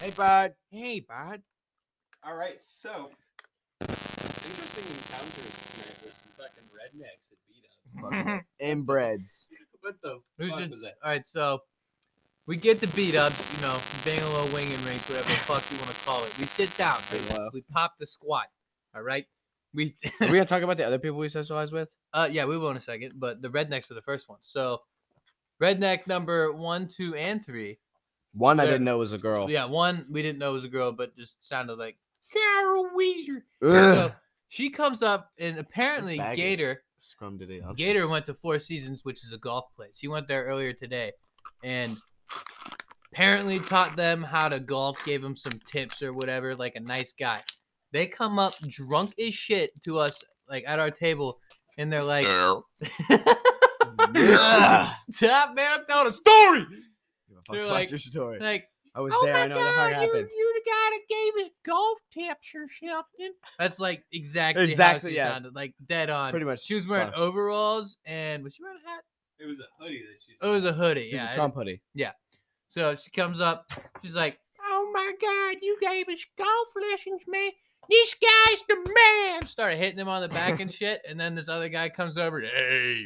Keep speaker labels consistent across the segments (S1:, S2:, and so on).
S1: Hey, bud. Hey, bud.
S2: All right, so interesting encounters tonight with some fucking rednecks that beat up. Fuck.
S1: Inbreds.
S2: what the
S3: Who's
S2: fuck
S3: in,
S2: was that?
S3: all right, so we get the beat ups, you know, Bangalore wing and rink, whatever the fuck you want to call it. We sit down,
S1: Hello.
S3: we pop the squat, all right. We
S1: Are we gonna talk about the other people we socialize with?
S3: uh yeah, we will in a second, but the rednecks were the first one. So redneck number one, two, and three.
S1: One I
S3: Yeah.
S1: didn't know was a girl.
S3: Yeah, one we didn't know was a girl, but just sounded like Carol Weezer.
S1: Ugh.
S3: So she comes up and apparently
S1: Bag is
S3: Gator
S1: Scrum today. I'll-
S3: Gator went to Four Seasons, which is a golf place. He went there earlier today, and apparently taught them how to golf. Gave them some tips or whatever, like a nice guy. They come up drunk as shit to us, like at our table, and they're like,
S1: Ugh.
S3: "Stop, man! I'm telling a story."
S1: Give a fuck
S3: They're
S1: about
S3: like-
S1: your story.
S3: Like,
S1: I was
S3: "Oh
S1: there.
S3: my
S1: I know that
S3: god,
S1: how it
S3: you,
S1: happened.
S3: you the guy that gave us golf tips or something." That's like exactly
S1: Exactly,
S3: how she
S1: yeah.
S3: sounded, like dead on.
S1: Pretty much.
S3: She was wearing oh,
S1: spot on.
S3: overalls and was she wearing a hat?
S2: It was a hoodie that she.
S3: Oh, it was a hoodie.
S1: It was
S3: Yeah,
S1: a
S3: I-
S1: Trump hoodie.
S3: So she comes up. She's like, "Oh my God, you gave us golf lessons, man. This guy's the man." Started hitting him on the back and shit. And then this other guy comes over. Hey,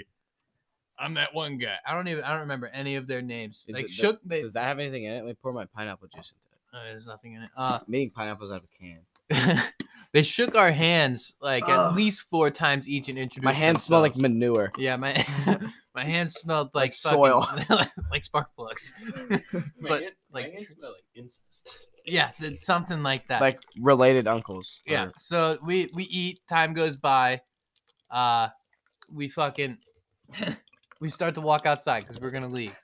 S3: I'm that one guy. I don't even. I don't remember any of their names.
S1: Is
S3: like
S1: it the-
S3: shook. They,
S1: Does that have anything in it? Let me pour my pineapple juice into it.
S3: Oh, there's nothing in it. Uh,
S1: I'm eating pineapples out of a can.
S3: they shook our hands like at
S1: Ugh.
S3: least four times each and introduced.
S1: My hands smell like
S3: themselves.
S1: manure.
S3: Yeah, my my hands smelled like,
S1: Like
S3: fucking-
S1: soil.
S3: like spark plugs.
S2: my
S3: but,
S2: aunt, my
S3: like,
S2: aunt
S3: tr-
S2: smelled like incest.
S3: Yeah, th- something like that.
S1: Like related uncles.
S3: Yeah.
S1: or-
S3: So we we eat. Time goes by. Uh, we fucking we start to walk outside because we're gonna leave.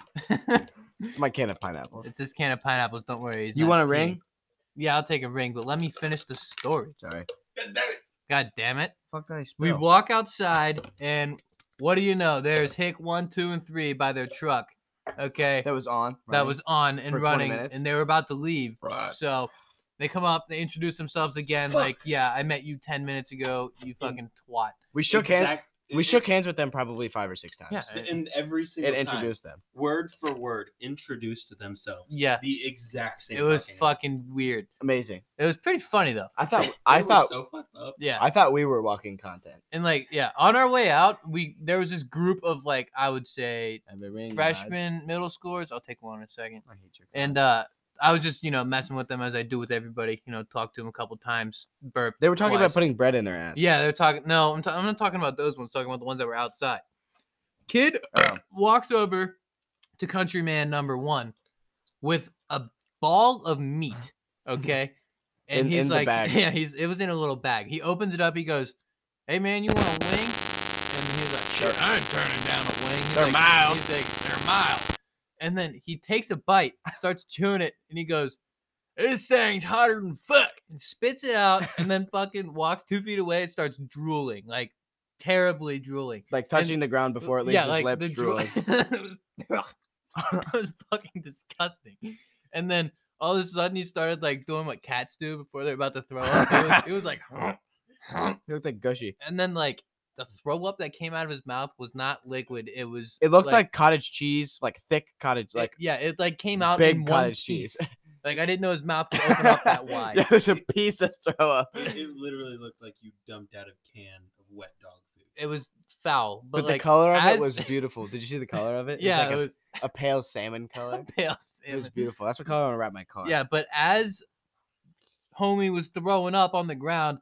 S1: It's my can of pineapples.
S3: it's this can of pineapples. Don't worry. he's
S1: You
S3: not
S1: want a
S3: eating.
S1: ring?
S3: Yeah, I'll take a ring, but let me finish the story.
S1: Sorry.
S2: God damn it!
S3: God damn it.
S1: Fuck did I
S3: We
S1: spell?
S3: walk outside, and what do you know? There's Hick one, two, and three by their truck. Okay.
S1: That was on.
S3: that
S1: running.
S3: was on and
S1: for 20
S3: running,
S1: minutes.
S3: and they were about to leave.
S1: Right.
S3: So they come up, they introduce themselves again,
S2: Fuck.
S3: like, "Yeah, I met you ten minutes ago, you fucking twat."
S1: We shook hands.
S2: Exact-
S1: We
S2: it-
S1: shook hands with them probably five or six times.
S3: Yeah,
S2: it- And every single
S1: and
S2: time,
S1: introduced them.
S2: word for word, introduced themselves.
S3: Yeah,
S2: The exact same.
S3: it was
S2: fucking act.
S3: fucking weird.
S1: Amazing.
S3: It was pretty funny though.
S1: I thought.
S2: They
S1: I
S2: were
S1: thought.
S2: so fucked up.
S3: Yeah,
S1: I thought we were walking content.
S3: and like, yeah, on our way out, we there was this group of like, I would say
S1: I'm a ring, I
S3: freshman middle schoolers. I'll take one in a second.
S1: I hate your
S3: And uh, I was just you know messing with them as I do with everybody. You know, talk to them a couple times, burp.
S1: They were talking
S3: twice.
S1: about putting bread in their ass.
S3: Yeah, they're talking. No, I'm, ta- I'm not talking about those ones. Talking about the ones that were outside. Kid
S1: Oh.
S3: walks over to countryman number one with a ball of meat. Okay, and
S1: Mm-hmm. In-
S3: he's
S1: in the
S3: like,
S1: bag.
S3: yeah, he's it was in a little bag. He opens it up. He goes, "Hey man, you want a wing?" And he's like, "Sure, I ain't turning down a wing." He's
S1: they're
S3: like,
S1: mild.
S3: He's like, "They're mild." And then he takes a bite, starts chewing it, and he goes, this thing's hotter than fuck and spits it out and then fucking walks two feet away and starts drooling like terribly drooling
S1: Like touching the ground before it leaves his lips.
S3: drool-
S1: drooling.
S3: it was fucking disgusting and then all of a sudden he started like doing what cats do before they're about to throw up it was, it was like
S1: He looked like gushy.
S3: and then like the throw up that came out of his mouth was not liquid it was
S1: It looked like, cottage cheese, like thick cottage,
S3: it-
S1: like
S3: yeah it like came out
S1: big
S3: in one
S1: cottage cheese.
S3: piece like i didn't know his mouth could open up that wide
S1: Yeah, it was a piece of throw up.
S2: It, it literally looked like you dumped out a can of wet dog food.
S3: it was foul but,
S1: But,
S3: like
S1: the color of
S3: as-
S1: it was beautiful. Did you see the color of it?
S3: yeah
S1: it was like
S3: it
S1: a,
S3: was
S1: a pale salmon color.
S3: pale
S1: It was
S3: salmon.
S1: beautiful. That's what color I want to wrap my car.
S3: Yeah, but as homie was throwing up on the ground,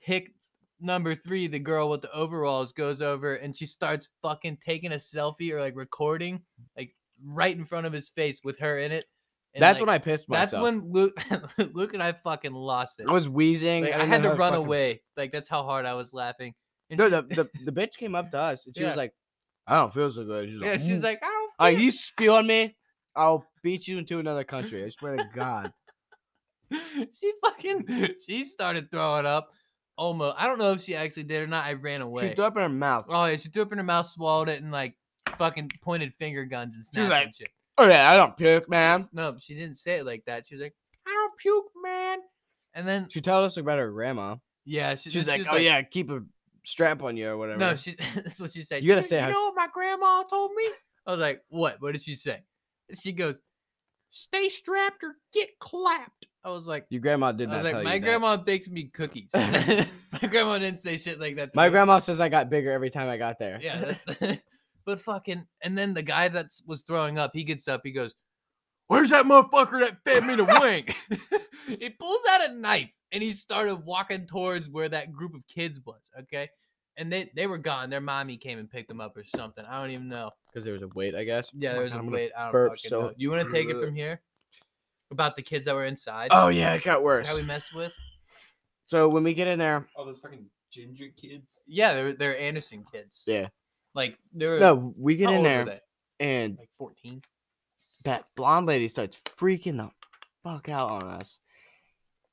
S3: Hick number three, the girl with the overalls, goes over and she starts fucking taking a selfie or like recording, like right in front of his face with her in it. and,
S1: that's
S3: like,
S1: when I pissed myself.
S3: That's when Luke, Luke and I fucking lost it.
S1: I was wheezing.
S3: Like, I
S1: didn't
S3: had
S1: know
S3: to
S1: how
S3: run
S1: fucking-
S3: away. Like that's how hard I was laughing. And
S1: No,
S3: she-
S1: the, the the bitch came up to us and she
S3: Yeah.
S1: was like, "I don't feel so good." She was
S3: yeah,
S1: like,
S3: she was
S1: "Mm.
S3: like, I don't.
S1: All right,
S3: feel
S1: you spew on me, I'll beat you into another country." I swear to God.
S3: she fucking she started throwing up almost i don't know if she actually did or not i ran away
S1: She threw up in her mouth.
S3: oh yeah she threw up in her mouth swallowed it and like fucking pointed finger guns and
S1: She was
S3: snapped
S1: like,
S3: and shit
S1: Oh yeah, I don't puke, ma'am.
S3: no she didn't say it like that she was like i don't puke man and then
S1: She told us about her grandma.
S3: yeah she,
S1: She's
S3: she
S1: like,
S3: was
S1: "Oh yeah, keep a strap on you or whatever."
S3: no she that's what she said
S1: You gotta say
S3: you
S1: how
S3: know
S1: she-
S3: what my grandma told me i was like what what did she say And she goes stay strapped or get clapped. I was like,
S1: Your grandma did
S3: I
S1: not
S3: was like,
S1: tell
S3: my
S1: you that.
S3: grandma baked me cookies. my grandma didn't say shit like that. to
S1: My
S3: me.
S1: grandma says I got bigger every time I got there.
S3: Yeah, that's but fucking and then the guy that was throwing up, he gets up, he goes, Where's that motherfucker that fed me the wing? he pulls out a knife and he started walking towards where that group of kids was, okay? And they, they were gone. Their mommy came and picked them up or something. I don't even know.
S1: Because there was a wait, I guess.
S3: Yeah,
S1: Oh my
S3: there was
S1: God,
S3: a
S1: I'm gonna-
S3: wait. I don't
S1: burp
S3: fucking
S1: so-
S3: know. You want to take it from here? About the kids that were inside?
S1: Oh yeah, it got worse.
S3: How we messed with?
S1: So when we get in there,
S2: All those fucking ginger kids.
S3: Yeah, they're, they're Anderson kids.
S1: Yeah.
S3: Like, they're.
S1: no, we get
S3: how
S1: in
S3: old were
S1: there
S3: they?
S1: and
S3: Like 14.
S1: that blonde lady starts freaking the fuck out on us.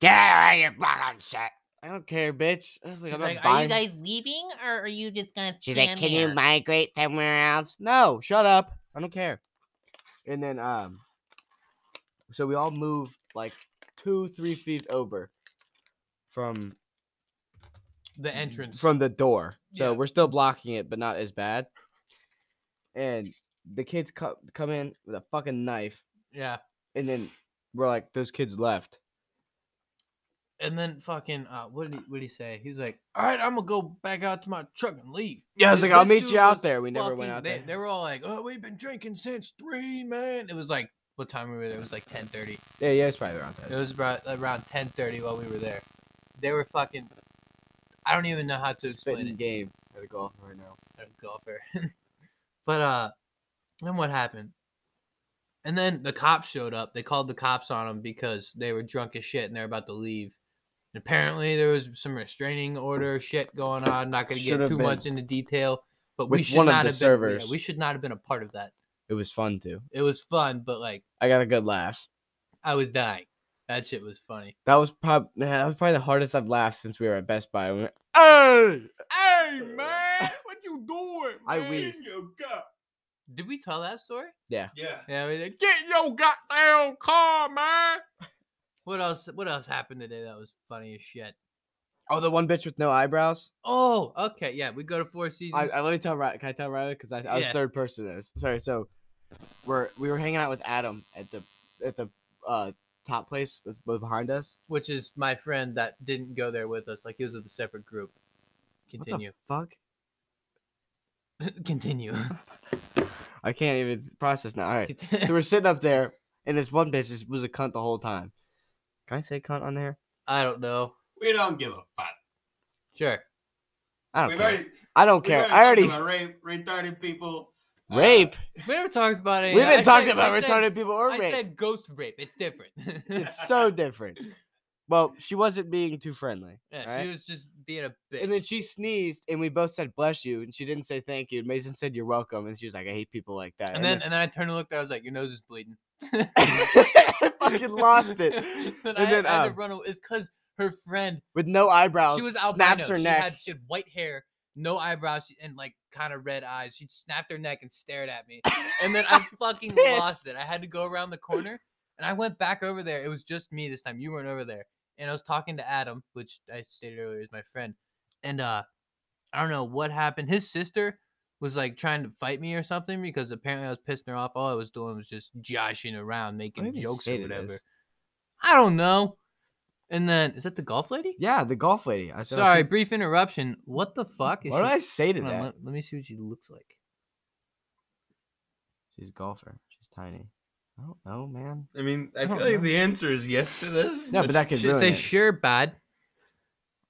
S1: Get out of here, fucking shit. I don't care, bitch. I was like,
S4: She's
S1: I'm
S4: like,
S1: not
S4: are
S1: buying.
S4: you guys leaving or are you just gonna?
S1: She's like,
S4: stand
S1: can
S4: there?
S1: you migrate somewhere else? No, shut up. I don't care. And then, um, so we all move like two, three feet over from
S3: The entrance.
S1: from the door. So
S3: Yeah.
S1: we're still blocking it, but not as bad. And the kids co- come in with a fucking knife,
S3: yeah.
S1: and then we're like, those kids left.
S3: And then fucking, uh, what did he, what did he say? He's like, "All right, I'm gonna go back out to my truck and leave."
S1: Yeah, I was
S3: Th-
S1: like, I'll
S3: this
S1: meet
S3: dude
S1: you out
S3: was
S1: there. We never went
S3: fucking-
S1: out
S3: they,
S1: there.
S3: They were all like, "Oh, we've been drinking since three, man." It was like, what time we were there? It was like ten thirty.
S1: yeah, yeah, it's probably around
S3: It
S1: that.
S3: was about around ten thirty while we were there. They were fucking. I don't even know how to explain
S1: Spitting
S3: it.
S1: game at a golf right now.
S3: I'm a golfer. but uh, then what happened? And then the cops showed up. They called the cops on them because they were drunk as shit and they're about to leave. And apparently there was some restraining order shit going on. Not going to get
S1: Should've
S3: too
S1: been
S3: much into detail, but we
S1: with
S3: should
S1: one of
S3: not
S1: the
S3: have been. yeah,
S1: servers.
S3: we should not have been a part of that.
S1: It was fun too.
S3: It was fun, but like
S1: I got a good laugh.
S3: I was dying. That shit was funny.
S1: That was probably that was probably the hardest I've laughed since we were at Best Buy. We went, hey!
S3: Hey man, what you doing?
S1: I man? wheezed.
S2: Bingo cup.
S3: Did we tell that story?
S2: Yeah.
S3: Yeah, we did. Get your goddamn car, man. What else? What else happened today that was funny as shit?
S1: Oh, the one bitch with no eyebrows.
S3: Oh, okay, yeah, we go to Four
S1: I,
S3: Seasons.
S1: I let me tell Riley. Can I tell Riley? Because I, I was
S3: Yeah.
S1: third person in this. Sorry. So we're we were hanging out with Adam at the at the uh, top place that's b- behind us.
S3: which is my friend that didn't go there with us. Like he was with a separate group. Continue.
S1: What the fuck?
S3: Continue.
S1: I can't even process now. All right. So
S3: Contin-
S1: we're sitting up there, and this one bitch just was a cunt the whole time. Can I say cunt on there?
S3: I don't know.
S2: We don't give a fuck.
S3: Sure.
S1: I don't
S2: We've
S1: care.
S2: already,
S1: I don't
S2: we've
S1: care. I already
S2: talked about rape, retarded people. uh,
S1: rape.
S3: We never talked about it.
S1: We've been
S3: I
S1: talking
S3: said-
S1: about
S3: I
S1: retarded
S3: said-
S1: people or
S3: I
S1: rape.
S3: said ghost rape. It's different.
S1: It's so different. Well, she wasn't being too friendly.
S3: yeah,
S1: alright?
S3: she was just being a bitch.
S1: And then she sneezed, and we both said "bless you," and she didn't say "thank you." And Mason said "you're welcome," and she was like, "I hate people like that."
S3: and then and then I turned and looked. I was like, your nose is bleeding.
S1: I fucking lost it.
S3: and
S1: And
S3: I
S1: then
S3: had to
S1: um,
S3: run away. It's because her friend,
S1: with no eyebrows,
S3: she was albino.
S1: snaps her
S3: she,
S1: neck.
S3: Had, she had white hair, no eyebrows, she- and like kind of red eyes. She snapped her neck and stared at me. And then I fucking lost it. I had to go around the corner and I went back over there. It was just me this time. You weren't over there. And I was talking to Adam, which I stated earlier is my friend. And uh I don't know what happened. His sister was like trying to fight me or something because apparently I was pissing her off. All I was doing was just joshing around, making
S1: even
S3: jokes
S1: say
S3: or
S1: to
S3: whatever.
S1: this.
S3: I don't know. And then is that the golf lady?
S1: Yeah, the golf lady. I said,
S3: Sorry,
S1: "Dude,
S3: brief interruption. What the fuck is
S1: What did
S3: she?
S1: I say to
S3: Hold on,
S1: that?
S3: let, let me see what she looks like.
S1: She's a golfer. She's tiny. I don't know, man.
S2: I mean, I
S1: don't
S2: feel like
S1: know.
S2: the answer is yes to this.
S1: No, but that could
S3: Should
S1: ruin
S3: say
S1: it.
S3: sure bad.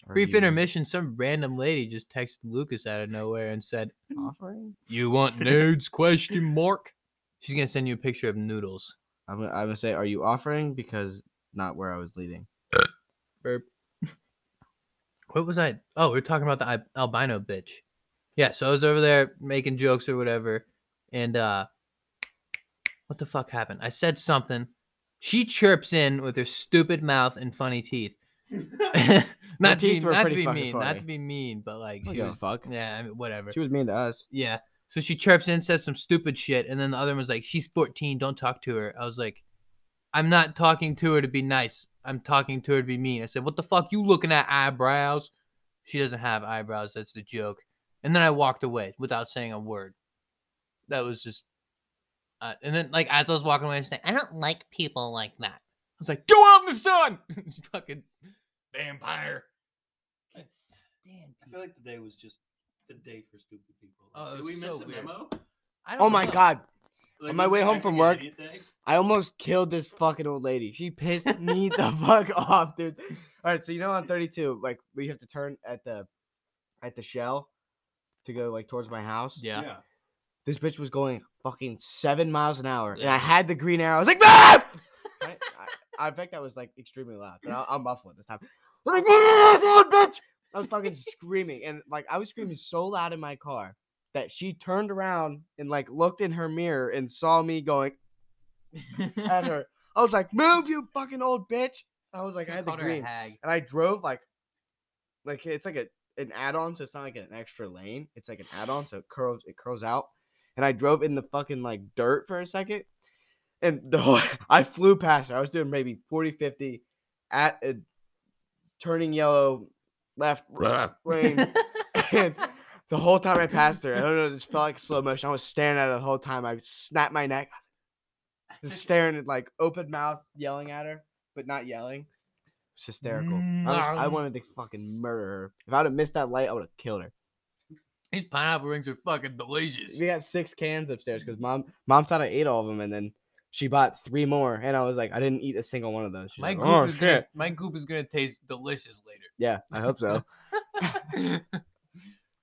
S1: Are
S3: Brief
S1: you
S3: intermission. Some random lady just texted Lucas out of nowhere and said,
S1: Offering?
S3: "You want nudes?" Question mark. She's gonna send you a picture of noodles.
S1: I'm gonna, I'm gonna say, are you offering? Because not where I was leading.
S3: Burp. What was I? Oh, we are talking about the al- albino bitch. Yeah, so I was over there making jokes or whatever, and uh, what the fuck happened? I said something. She chirps in with her stupid mouth and funny teeth. not to be,
S1: teeth were
S3: not to
S1: pretty
S3: be
S1: fucking
S3: mean, not
S1: funny.
S3: to be mean, but like
S1: I don't
S3: she
S1: give a
S3: was,
S1: fuck.
S3: yeah, I mean, whatever.
S1: She was mean to us.
S3: Yeah. So she chirps in, says some stupid shit, and then the other one was like, "She's 14, don't talk to her." I was like, "I'm not talking to her to be nice. I'm talking to her to be mean." I said, "What the fuck you looking at eyebrows?" She doesn't have eyebrows. That's the joke. And then I walked away without saying a word. That was just uh, and then like as I was walking away, I was like, I
S4: I don't like people like that.
S3: was like, go out in the sun, You fucking vampire.
S2: I I feel like today was just the day for stupid people. Like,
S3: Oh, it
S2: did
S3: was
S2: we miss
S3: so
S2: a
S3: weird.
S2: memo?
S3: I
S1: Oh
S3: don't
S1: my
S3: know.
S1: god.
S2: Like,
S1: On my
S2: was
S1: way
S2: it
S1: home from
S2: African
S1: work-
S2: Idiot Day?
S1: I almost killed this fucking old lady. She pissed me the fuck off, dude. All right, so you know on 32, like we have to turn at the at the shell to go like towards my house.
S3: Yeah.
S1: This bitch was going fucking seven miles an hour, and I
S3: Yeah.
S1: had the green arrow. I was like, move! Right? I, I think that was like extremely loud, but I'll, I'll muffle it this time. I was like, "Move your ass, old bitch! I was fucking screaming, and like I was screaming so loud in my car that she turned around and like looked in her mirror and saw me going at her. I was like, "Move, you fucking old bitch!" I was like,
S3: You
S1: "I had the
S3: called her a
S1: green,"
S3: hag.
S1: and I drove like, like it's like a an add-on, so it's not like an extra lane. It's like an add-on, so it curls it curls out. And I drove in the fucking like dirt for a second, and the whole, I flew past her. I was doing maybe 40, 50 at a turning yellow left lane, and the whole time I passed her, I don't know, it just felt like slow motion. I was staring at her the whole time. I snapped my neck, just staring at like open mouth, yelling at her, but not yelling. It's hysterical. I, was, I
S3: Mm.
S1: wanted to fucking murder her. If I would have missed that light, I would have killed her.
S3: These pineapple rings are fucking delicious.
S1: We got six cans upstairs because mom mom thought I ate all of them, and then she bought three more, and I was like, I didn't eat a single one of those. She's
S3: My
S1: like,
S3: goop,
S1: oh
S3: is
S1: shit.
S3: gonna, my goop is gonna taste delicious later.
S1: Yeah, I hope so.
S3: All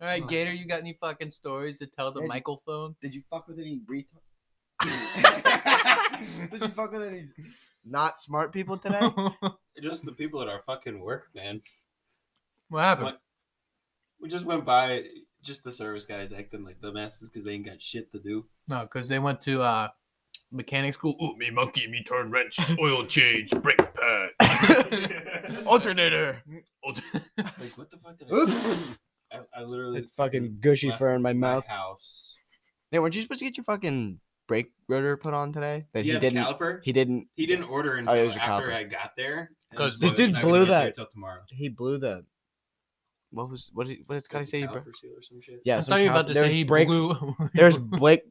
S3: right,
S1: Oh.
S3: Gator, you got any fucking stories to tell the
S1: Yeah, you-
S3: Michael phone?
S1: Did you fuck with any retards?
S2: Yeah.
S1: Did you fuck with any not smart people today?
S2: just the people at our fucking work, man.
S3: what happened?
S2: What- We just went by. Just the service guys acting like dumbasses because they ain't got shit to do.
S3: No, because they went to uh, mechanic school. Ooh, me monkey, me turn wrench, oil change, brake pad, alternator. Alter-
S2: Like, what the fuck did
S1: Oops.
S2: I? I, I literally
S1: That fucking gushy
S2: left
S1: fur in my
S2: my
S1: mouth.
S2: house.
S1: Hey, weren't you supposed to get your fucking brake rotor put on today? That
S2: Yeah,
S1: he
S2: the
S1: didn't.
S2: caliper.
S1: He didn't.
S2: He didn't order
S1: Oh,
S2: until
S1: yeah, it was your
S2: after
S1: copper.
S2: I got there. and
S3: 'Cause
S2: so
S3: this
S2: it's
S1: dude
S2: not gonna
S1: blew
S2: get there
S1: that.
S2: Until tomorrow.
S1: He blew the. What was what? Did, what did Scotty
S2: Like the
S1: say? He bro-
S2: caliper seal or some shit.
S1: Yeah,
S3: I
S1: some
S3: thought you were
S1: cal-
S3: about to
S1: there's
S3: say he
S1: brake-
S3: blew.
S1: There's Blake.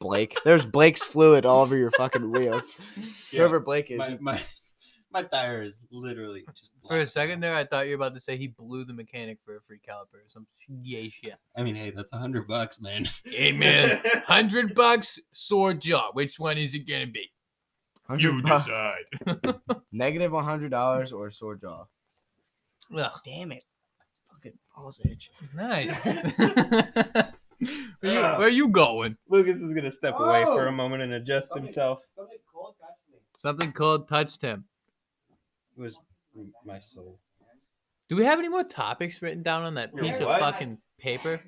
S1: Blake. There's Blake's fluid all over your fucking wheels.
S2: Yeah,
S1: Whoever Blake is,
S2: my,
S1: he-
S2: my my tire is literally just.
S3: For a
S2: black.
S3: second there, I thought you were about to say he blew the mechanic for a free caliper or some yay shit.
S2: I mean, hey, that's a hundred bucks, man.
S3: Amen. Hundred bucks, sore jaw. Which one is it gonna be?
S1: 100 bucks.
S3: decide.
S1: negative one hundred dollars or a sore jaw.
S3: Ugh,
S1: Damn it! Fucking balls itch.
S3: nice. where, you, where you going?
S2: Lucas is gonna step away for
S1: Oh.
S2: a moment and adjust
S1: Okay.
S2: himself.
S3: Something cold touched him.
S2: It was my soul.
S3: Do we have any more topics written down on that
S2: Your
S3: piece
S2: what?
S3: of fucking paper?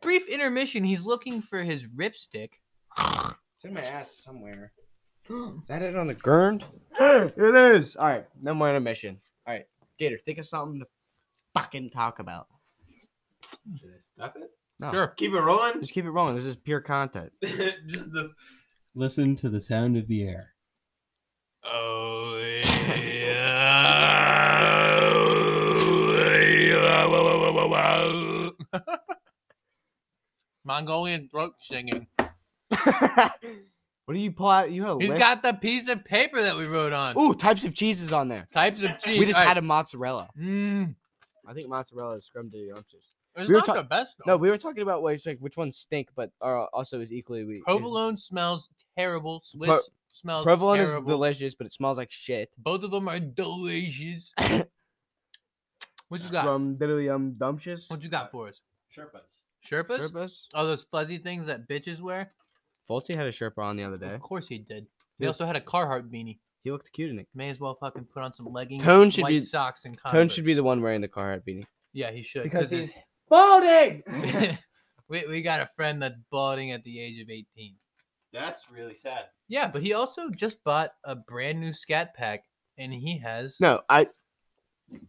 S3: Brief intermission. He's looking for his ripstick.
S1: It's in my ass somewhere. Is that it on the gurn? it is. All right, no more intermission. All right, Gator, think of something to fucking talk about.
S2: Did I stop it?
S1: No,
S3: Sure.
S2: Keep it rolling.
S1: just keep it rolling. This is pure content.
S2: just the. Listen to the sound of the air.
S3: Oh Mongolian throat singing.
S1: what do you pull out? You have a
S3: He's
S1: list?
S3: got the piece of paper that we wrote on.
S1: Ooh, types of cheeses on there.
S3: Types of cheese.
S1: We just had a mozzarella.
S3: Mm,
S1: I think mozzarella is scrum de umptious.
S3: it's
S1: We were
S3: not
S1: ta-
S3: the best
S1: No,
S3: though.
S1: we were talking about ways like which ones stink, but are also is equally weak.
S3: provolone smells terrible. Swiss
S1: Pro-
S3: smells
S1: Provolone is
S3: terrible.
S1: delicious, but it smells like shit.
S3: Both of them are delicious. what you got?
S1: Scrum diddly um dumptious.
S3: What you got for us?
S2: Sherpas.
S3: Sherpas?
S1: Sherpas.
S3: All those fuzzy things that bitches wear?
S1: Fulty had a Sherpa on the other day.
S3: Of course he did. He
S1: Yes.
S3: also had a Carhartt beanie.
S1: He looked cute in it.
S3: May as well fucking put on some leggings,
S1: Tone should
S3: white
S1: be-
S3: socks, and Converse.
S1: Tone should be the one wearing the Carhartt beanie.
S3: Yeah, he should.
S1: Because
S3: Because
S1: he's
S3: his...
S1: balding.
S3: we, we got a friend that's balding at the age of 18.
S2: That's really sad.
S3: Yeah, but he also just bought a brand new scat pack, and he has...
S1: no, I.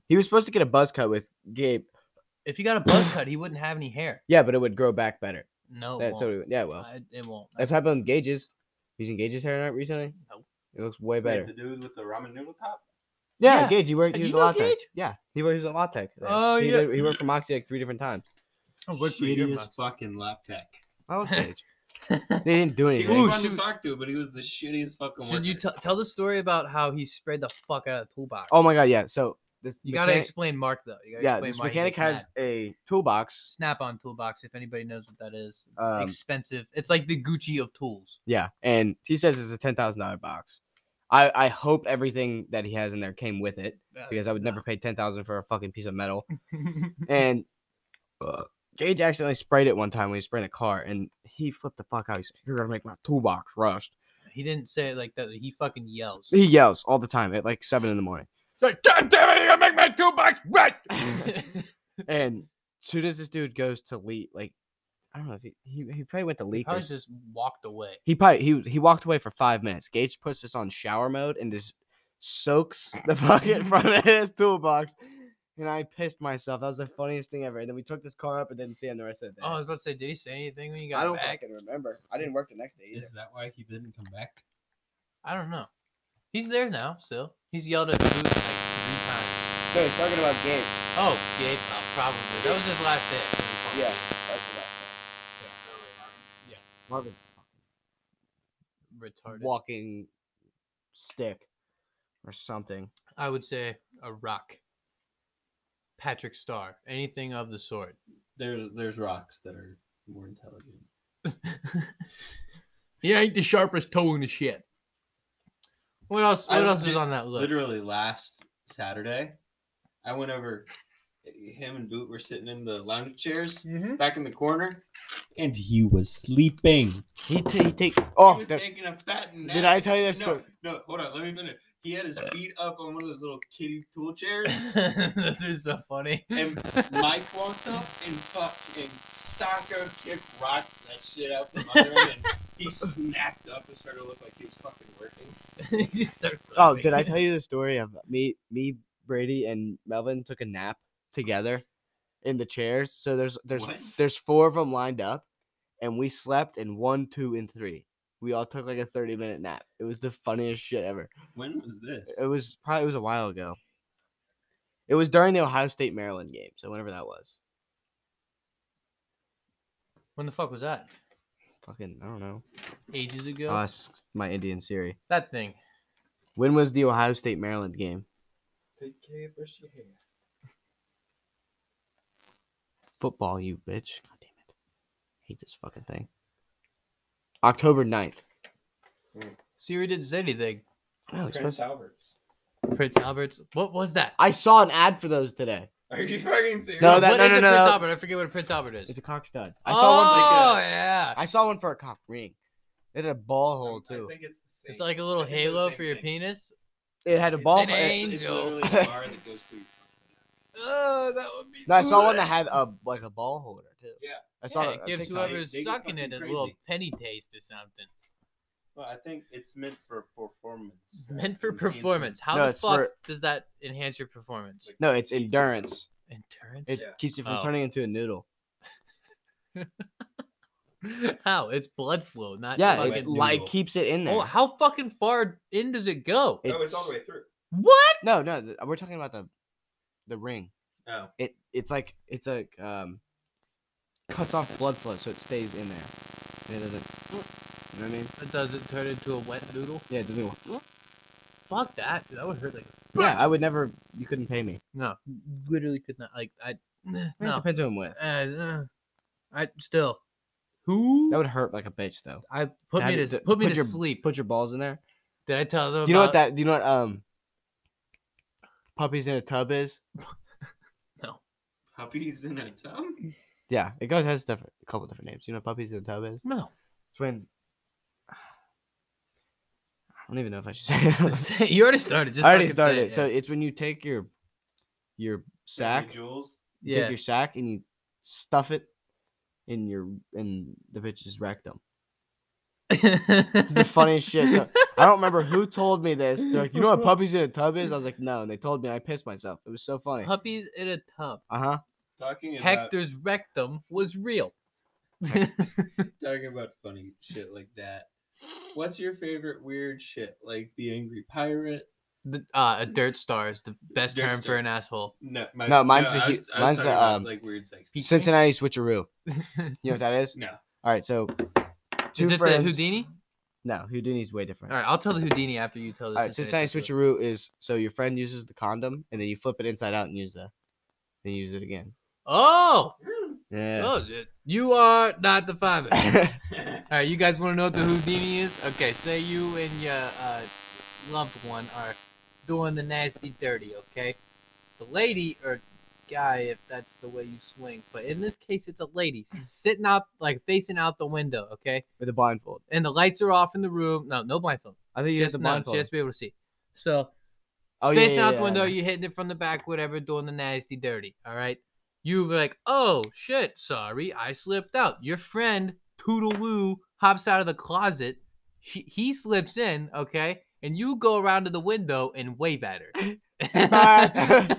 S1: He was supposed to get a buzz cut with Gabe.
S3: If he got a buzz cut, he wouldn't have any hair.
S1: Yeah, but it would grow back better.
S3: No, it
S1: That's so
S3: won't.
S1: yeah, well,
S3: Oh, I- it won't.
S1: that's happened with Gage's. He's in Gage's hair recently.
S3: Nope.
S1: It looks way
S2: Like
S1: better.
S2: The dude with the ramen noodle top.
S1: Yeah,
S3: Yeah.
S1: Gage, he worked.
S3: Uh,
S1: He was
S3: you
S1: a
S3: know
S1: LaTeX.
S3: Gage?
S1: Yeah, he was. He was a LaTeX. then.
S3: Oh,
S1: he
S3: yeah.
S1: did- he worked for Moxie like three different times.
S3: Oh, good for you,
S2: Shittiest
S3: Max.
S2: fucking lap tech.
S1: I love Gage. They didn't do
S2: He
S1: anything.
S2: was
S3: Ooh,
S2: fun to
S3: shoot.
S2: talk to, but he was the shittiest fucking
S3: Should you
S2: worker.
S3: t- tell the story about how he sprayed the fuck out of the toolbox?
S1: oh my god, yeah. So this
S3: You
S1: mechanic,
S3: gotta explain Mark though. You gotta
S1: yeah,
S3: explain
S1: this
S3: why he
S1: mechanic
S3: gets mad.
S1: has a toolbox.
S3: snap on toolbox if anybody knows what that is. It's
S1: Um,
S3: expensive. It's like the Gucci of tools.
S1: Yeah, and he says it's a ten thousand dollar box. I I hope everything that he has in there came with it
S3: Uh,
S1: because I would never pay ten thousand for a fucking piece of metal. And uh, Gage accidentally sprayed it one time when he sprayed a car, and he flipped the fuck out. He's like, "You're gonna make my toolbox rust."
S3: he didn't say it like that. He fucking yells.
S1: He yells all the time at like seven in the morning.
S3: It's like, God damn it, you're gonna make my toolbox rust.
S1: And soon as this dude goes to leave, like I don't know if he he, he probably went to leak. or
S3: Probably just walked away.
S1: He probably he he walked away for five minutes. Gage puts this on shower mode and just soaks the bucket in front of his toolbox. And I pissed myself. That was the funniest thing ever. And then we took this car up and didn't see him the rest of the day.
S3: Oh, I was about to say, did he say anything when you got
S1: I don't
S3: back?
S1: fucking remember. I didn't work the next day either.
S2: Is that why he didn't come back?
S3: I don't know. He's there now. Still, he's yelled at Booth like three times.
S1: No, he's talking about Gage.
S3: Oh, Gabe, oh, probably. That was his last day.
S1: Yeah, that's what I said. Marvin
S3: Retarded.
S1: walking stick or something.
S3: I would say a rock. Patrick Starr, anything of the sort.
S2: There's there's rocks that are more intelligent.
S3: He ain't the sharpest toe in the shit. What else?
S2: I
S3: What else is
S2: legit-
S3: on that list?
S2: Literally last Saturday, I went over. Him and Boot were sitting in the lounge chairs
S1: Mm-hmm.
S2: back in the corner, and he was sleeping.
S1: He, t- he take. Oh,
S2: he was
S1: that-
S2: taking a fat nap.
S1: did I tell you that
S2: No,
S1: story?
S2: no, hold on. Let me finish. He had his feet up on one of those little kitty tool chairs,
S3: this is so funny.
S2: and Mike walked up and fucking soccer kick rocked that shit out from under him, and he snapped up and started to look like he was fucking working.
S3: You start
S1: Oh,
S3: laughing.
S1: did I tell you the story of me, me, Brady, and Melvin took a nap together in the chairs? So there's there's
S2: What?
S1: there's four of them lined up, and we slept in one, two, and three. We all took like a thirty minute nap. It was the funniest shit ever.
S2: When was this?
S1: It was probably it was a while ago. It was during the Ohio State Maryland game, so whenever that was.
S3: When the fuck was that?
S1: Fucking I don't know.
S3: Ages ago.
S1: Us, my Indian Siri.
S3: that thing.
S1: When was the Ohio State Maryland game?
S2: Take care, brush your hair.
S1: Football, you bitch. God damn it. Hate this fucking thing. October 9th.
S3: Siri didn't say anything.
S1: Oh, it's supposed-
S2: Alberts.
S3: Prince Albert's. What was that?
S1: I saw an ad for those today.
S2: Are you fucking serious?
S1: No, that-
S3: what
S1: no,
S3: is
S1: no,
S3: a
S1: no,
S3: Prince
S1: no.
S3: Albert? I forget what a Prince Albert is.
S1: It's a cock stud. I saw one. uh,
S3: oh
S2: like
S3: yeah.
S1: I saw one for a cock ring. It had a ball hole
S2: I
S1: too.
S2: think it's the same.
S3: It's like a little
S2: I think they're the
S3: halo
S2: same
S3: for your
S2: thing.
S3: penis.
S1: It had a
S2: It's
S1: ball.
S3: an
S1: Hole.
S2: It's, it's
S3: Angel.
S2: literally a bar that goes through.
S3: Oh, that would be.
S1: No, I saw one
S3: good.
S1: that had a like a ball holder too.
S2: Yeah.
S1: I saw
S3: Yeah,
S1: it.
S3: it
S1: on
S3: gives
S1: TikTok.
S3: whoever's
S2: They- they go
S3: sucking it a
S2: fucking
S3: little
S2: crazy.
S3: penny taste or something.
S2: Well, I think it's meant for performance. uh,
S3: Meant for
S2: enhancement.
S3: performance. How
S1: No,
S3: the
S1: it's
S3: fuck
S1: for-
S3: does that enhance your performance?
S1: No, it's endurance.
S3: Endurance.
S1: It
S2: Yeah.
S1: keeps you from
S3: Oh.
S1: turning into a noodle.
S3: How? It's blood flow, not
S1: Yeah,
S2: like
S1: it,
S2: a
S3: fucking-
S1: it li- it
S2: noodle.
S1: keeps it in there.
S3: Oh, how fucking far in does it go?
S2: Oh, it's all the
S1: It's-
S2: way through.
S3: What?
S1: No, no, th- we're talking about the the ring.
S2: Oh.
S1: It it's like it's like um cuts off blood flow so it stays in there. And it doesn't. You know what I mean?
S3: It doesn't turn into a wet noodle.
S1: Yeah, it doesn't.
S3: Fuck that. Dude, that would hurt like. a
S1: Yeah,
S3: bitch.
S1: I would never. You couldn't pay me.
S3: No, literally could not. Like I. No.
S1: It depends who I'm with.
S3: Uh, uh, I still. Who?
S1: That would hurt like a bitch though.
S3: I put
S1: Have
S3: me
S1: it
S3: to
S1: d-
S3: put me
S1: put
S3: to
S1: your-
S3: sleep.
S1: Put your balls in there.
S3: Did I tell them?
S1: Do you know what
S3: about-
S1: that? Do you know what um puppies in a tub is?
S2: Puppies in a tub?
S1: Yeah, it goes has different a couple different names. You know what puppies in a tub is?
S3: No.
S1: It's when I don't even know if I should say. It.
S3: Say- you already started. Just
S1: I already
S3: fucking say
S1: started.
S3: it,
S1: So
S3: yeah.
S1: it's when you take your your sack, you
S2: Jules.
S1: take
S3: yeah,
S1: your sack, and you stuff it in your in the bitch's rectum. It's the funniest shit. So I don't remember who told me this. They're like, you know what puppies in a tub is? I was like, no. And they told me, and I pissed myself. It was so funny.
S3: puppies in a tub.
S1: Uh huh.
S2: Talking about
S3: Hector's rectum was real.
S2: talking about funny shit like that. What's your favorite weird shit? Like the angry pirate?
S3: The, uh, a dirt star is the best
S2: Dirt
S3: term for
S2: star.
S3: an asshole.
S2: No, my,
S1: No, mine's the
S2: I
S1: hu-
S2: was- I was
S1: mine's the,
S2: talking about,
S1: um,
S2: like weird sex.
S3: He-
S1: Cincinnati switcheroo. You know what that is?
S2: No,
S1: All right, so Two
S3: Is it
S1: friends.
S3: the Houdini?
S1: No, Houdini's way different.
S3: All right, I'll tell the Houdini after you tell this.
S1: All right, Cincinnati switcheroo is so your friend uses the condom and then you flip it inside out and use the, then use it again.
S3: Oh,
S1: Yeah.
S3: oh, you are not the father. All
S2: Yeah.
S3: right, you guys want to know what the Houdini is? Okay, say you and your uh, loved one are doing the nasty dirty. Okay, the lady or guy, if that's the way you swing, but in this case, it's a lady. She's sitting out, like facing out the window. Okay,
S1: With a blindfold.
S3: and the lights are off in the room. No, no blindfold.
S1: I think you have
S3: Just
S1: the
S3: no,
S1: blindfold.
S3: just be able to see. So
S1: Oh, yeah,
S3: facing
S1: yeah,
S3: out the
S1: yeah,
S3: window,
S1: yeah.
S3: you hitting it from the back, whatever, doing the nasty dirty. All right. You were like, oh shit, sorry, I slipped out. Your friend Toodaloo hops out of the closet. She, he slips in, okay, and you go around to the window and wave at her.
S1: bud.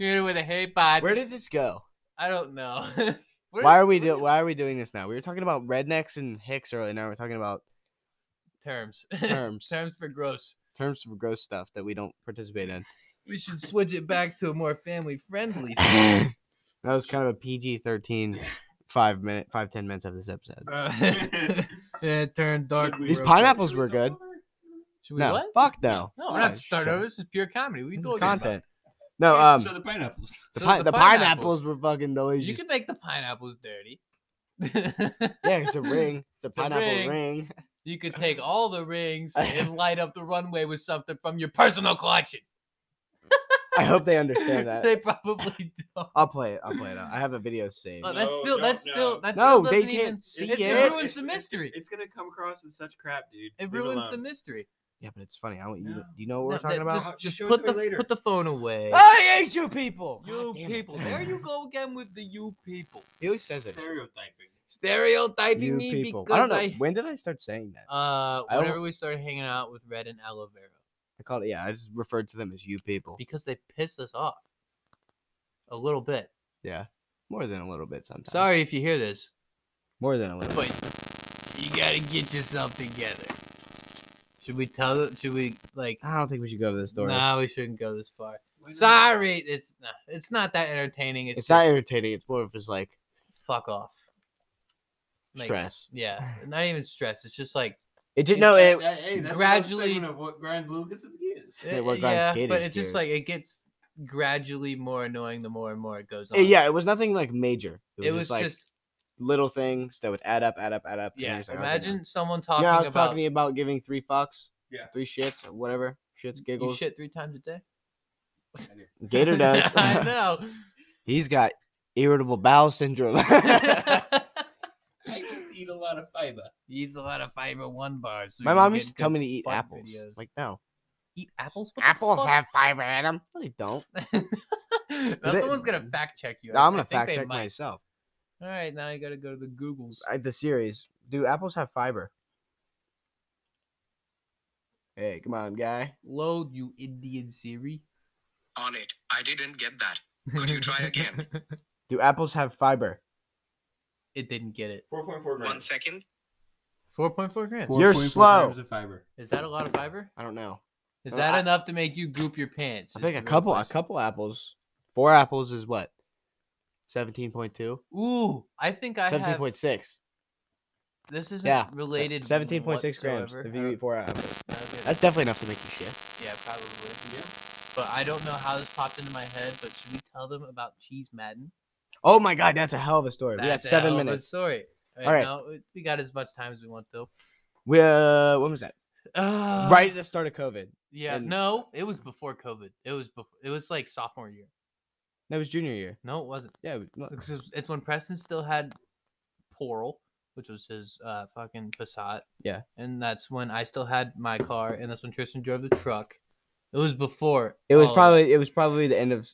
S3: You're with a hey bud.
S1: Where did this go?
S3: I don't know. Where
S1: Why
S3: is-
S1: are we
S3: where
S1: doing? Why are we doing this now? We were talking about rednecks and hicks earlier. Now we're talking about
S3: terms?
S1: terms,
S3: terms for gross.
S1: terms for gross stuff that we don't participate in.
S3: We should switch it back to a more family friendly.
S1: that was kind of a PG thirteen, five minute, five ten minutes of this episode.
S3: yeah, it turned uh, dark.
S2: Should we
S1: These
S2: rotate?
S1: pineapples
S2: Should we
S1: were
S2: start
S1: good.
S2: over?
S3: Should we
S1: No,
S3: what?
S1: fuck no.
S3: No, we're not
S1: Oh,
S3: starting
S1: shit.
S3: over. This is pure comedy. We
S1: This
S3: do
S1: is content. No, um,
S2: so the pineapples.
S1: the,
S3: so
S1: pi-
S3: the
S1: the
S3: pineapples-
S1: pineapples were fucking delicious.
S3: You can make the pineapples dirty.
S1: yeah, it's a ring. It's a
S3: a
S1: pineapple
S3: ring.
S1: ring.
S3: You could take all the rings and light up the runway with something from your personal collection.
S1: I hope they understand that.
S3: they probably don't.
S1: I'll play it. I'll play it. out. I have a video saved.
S3: Oh, that's
S2: No,
S3: still.
S2: don't-
S3: That's still.
S2: no.
S3: That's
S1: No,
S3: still
S1: they
S3: doesn't
S1: can't
S3: even-
S1: see
S3: it,
S1: it.
S3: ruins the mystery.
S2: It's gonna come across as such crap, dude.
S3: It
S2: Leave
S3: ruins the
S2: alone.
S3: mystery.
S1: Yeah, but it's funny. I want you. To,
S2: No.
S1: do you know what we're
S3: No,
S1: talking
S3: that-
S1: about? Oh!
S3: Just,
S2: Just
S3: just
S2: show it
S3: put
S2: to me
S3: the
S2: later.
S3: put the phone away.
S1: I hate you people.
S3: You people. There you go again with the you people.
S1: He always says it.
S2: Stereotyping.
S3: Stereotyping
S1: You
S3: me
S1: people. I
S3: because
S1: don't know. When did I start saying that?
S3: Uh,
S1: I don't-
S3: whenever we started hanging out with Red and Aloe Vera,
S1: I called it. Yeah, I just referred to them as you people.
S3: because they pissed us off a little bit.
S1: Yeah, more than a little bit sometimes.
S3: Sorry if you hear this,
S1: more than a little.
S3: but
S1: bit.
S3: you gotta get yourself together. Should we tell? it? Should we like?
S1: I don't think we should go to this
S3: No,
S1: story.
S3: we shouldn't go this far.
S2: Why not?
S3: Sorry, it's not. It's not that entertaining. It's,
S1: it's
S3: just
S1: not irritating. It's more of just like
S3: fuck off. Like,
S1: stress.
S3: Yeah, not even stress. It's just like
S1: It did
S3: It's
S1: no. It
S2: That- hey, that's
S3: gradually-
S2: gradually of what Brian Lucas is.
S1: Yeah,
S3: eh,
S1: what grinds
S3: yeah,
S1: skate
S3: but
S1: is
S3: it's just
S1: gears.
S3: like it gets gradually more annoying the more and more it goes on.
S1: it- yeah, it was nothing like major. It was,
S3: it was
S1: just like
S3: just
S1: little things that would add up, add up, add up. and you're
S3: Yeah,
S1: just like, okay, now.
S3: imagine someone talking
S1: you know, I was
S3: about
S1: talking to you about giving three fucks,
S2: Yeah.
S1: three shits, or whatever, shits,
S3: you
S1: giggles.
S3: shit three times a day.
S1: Gator does.
S3: I know.
S1: He's got irritable bowel syndrome. My
S2: I just eat a lot of fiber.
S3: he eats a lot of fiber one bars. so you
S1: mom
S3: get
S1: used to tell
S3: good
S1: me to eat
S3: fart
S1: apples.
S3: videos.
S1: Like, no,
S3: eat apples. What the
S1: apples
S3: fuck?
S1: have fiber in them. No, they don't.
S3: now
S1: they-
S3: someone's gonna fact check you.
S1: No,
S3: I-
S1: I'm
S3: I
S1: gonna
S3: think
S1: fact
S3: they
S1: check
S3: might.
S1: myself.
S3: All right, now you gotta go to the Googles.
S1: I, the series. Do apples have fiber? Hey, come on, guy.
S3: Load you Indian Siri.
S5: On it, I didn't get that. Could you try again?
S1: Do apples have fiber?
S3: it didn't get it.
S2: 4.4
S5: One
S2: grams.
S5: second.
S3: Four point four grams.
S1: Four- You're
S2: 4.4
S1: slow.
S2: grams of fiber.
S3: Is that a lot of fiber?
S1: I don't know.
S3: Is
S1: Uh,
S3: that
S1: I-
S3: enough to make you goop your pants?
S1: I
S3: is
S1: think
S3: the
S1: a
S3: real
S1: couple, a
S3: question.
S1: couple apples. Four apples is what? Seventeen point two.
S3: Ooh, I think I
S1: Seventeen
S3: have.
S1: point six.
S3: This isn't
S1: Yeah,
S3: related.
S1: Seventeen point six grams.
S3: whatsoever.
S1: If
S3: I
S1: you
S3: don't-
S1: eat four apples,
S3: I don't get it.
S1: that's definitely enough to make you shit.
S3: Yeah, probably.
S2: Yeah.
S3: But I don't know how this popped into my head. But should we tell them about Cheese Madden?
S1: Oh my god, that's a hell of a story. we got
S3: That's a
S1: seven
S3: hell of a
S1: minutes.
S3: Story. All
S1: All
S3: right.
S1: right.
S3: now, we got as much time as we want to.
S1: We uh, when was that?
S3: Uh,
S1: right at the start of COVID.
S3: Yeah.
S1: and-
S3: no, it was before COVID. It was before. It was like sophomore year.
S1: That was junior year.
S3: No, it wasn't.
S1: Yeah. we- no,
S3: Because it's- It's when Preston still had Poral, which was his uh, fucking Passat.
S1: Yeah.
S3: And that's when I still had my car, and that's when Tristan drove the truck. It was before.
S1: It was
S3: all of
S1: probably it was probably the end of.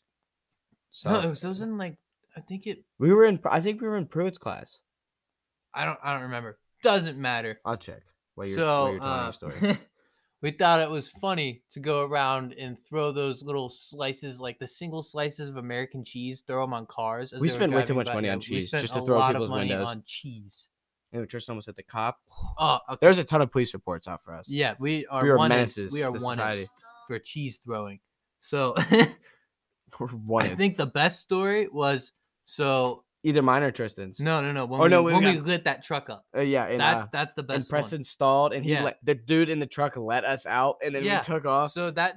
S1: So
S3: No, it was, it was in like I think it.
S1: we were in. I think we were in Pruitt's class.
S3: I don't. I don't remember. Doesn't matter.
S1: I'll check. While you're,
S3: so
S1: while you're telling
S3: uh,
S1: your story.
S3: we thought it was funny to go around and throw those little slices, like the single slices of American cheese, throw them on cars. as
S1: We
S3: they were
S1: spent way too
S3: driving
S1: much
S3: by.
S1: money
S3: Yeah,
S1: on
S3: we
S1: cheese,
S3: spent
S1: just to
S3: a
S1: throw
S3: lot of
S1: people's
S3: money
S1: windows.
S3: on cheese.
S1: And Tristan almost hit the cop.
S3: Oh, okay.
S1: There's a ton of police reports out for us.
S3: yeah, we are
S1: we were
S3: wanted-
S1: menaces.
S3: We are
S1: to
S3: wanted
S1: society.
S3: for cheese throwing. So
S1: We're
S3: I
S1: wanted.
S3: think the best story was so
S1: Either mine or Tristan's.
S3: No, no, no. When
S1: Oh,
S3: we,
S1: no, we
S3: when we
S1: got-
S3: lit that truck up,
S1: Uh, yeah, and
S3: that's
S1: uh,
S3: that's the
S1: and
S3: best. one.
S1: Preston stalled, and he
S3: Yeah.
S1: let the dude in the truck let us out, and then
S3: Yeah.
S1: we took off.
S3: So that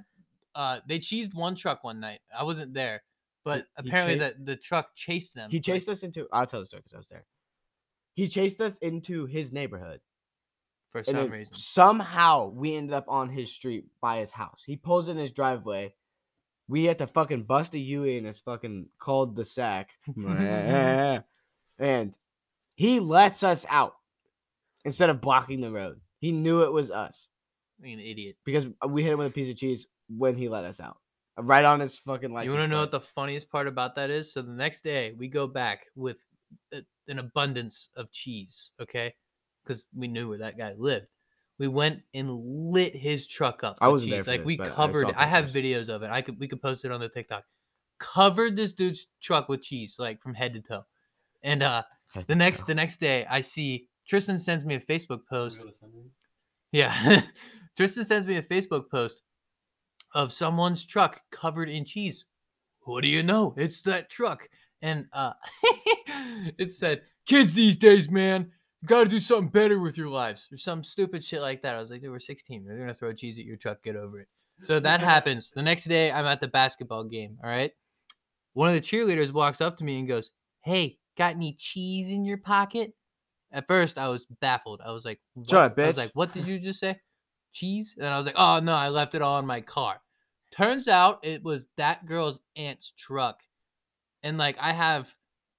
S3: uh they cheesed one truck one night. I wasn't there, but
S1: he
S3: apparently
S1: cha-
S3: the, the truck chased them.
S1: He chased us into. I'll tell the story because I was there. He chased us into his neighborhood.
S3: for
S1: and
S3: some
S1: then
S3: reason.
S1: somehow we ended up on his street by his house. He pulls in his driveway. We had to fucking bust a Huey and his fucking called the sack. and he lets us out instead of blocking the road. He knew it was us
S3: Being an idiot.
S1: because we hit him with a piece of cheese when he let us out. Right on his fucking license.
S3: you want to know
S1: plate.
S3: what the funniest part about that is? So the next day we go back with a, an abundance of cheese, okay? Because we knew where that guy lived. We went and lit his truck up.
S1: I
S3: with
S1: wasn't there
S3: cheese.
S1: for
S3: like
S1: this,
S3: we
S1: but I saw
S3: covered. I, have
S1: pictures.
S3: videos of it. I could we could post it on the TikTok. Covered this dude's truck with cheese, like from head to toe, and uh
S1: Heck
S3: the
S1: no.
S3: next the next day I see Tristan sends me a Facebook post
S2: Real assembly.
S3: yeah. Tristan sends me a Facebook post of someone's truck covered in cheese. What do you know? It's that truck. And uh it said, kids these days, man, you gotta do something better with your lives. Or some stupid shit like that. I was like, they were 16. They're gonna throw cheese at your truck, get over it. So that happens. The next day I'm at the basketball game. All right. One of the cheerleaders walks up to me and goes, Hey, got any cheese in your pocket? At first I was baffled. I was like, what?
S1: Shut up,
S3: I was
S1: bitch.
S3: like, what did you just say? Cheese? And I was like, oh no, I left it all in my car. Turns out it was that girl's aunt's truck. And like I have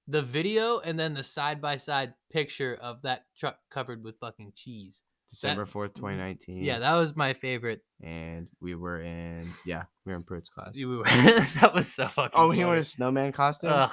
S3: the video and then the side by side picture of that truck covered with fucking cheese.
S1: December 4th, 2019.
S3: Yeah, that was my favorite.
S1: and we were in, yeah, we were in Pruitt's class.
S3: We were- that was so fucking.
S1: Oh, he wore
S3: funny.
S1: a snowman costume?
S3: Ugh.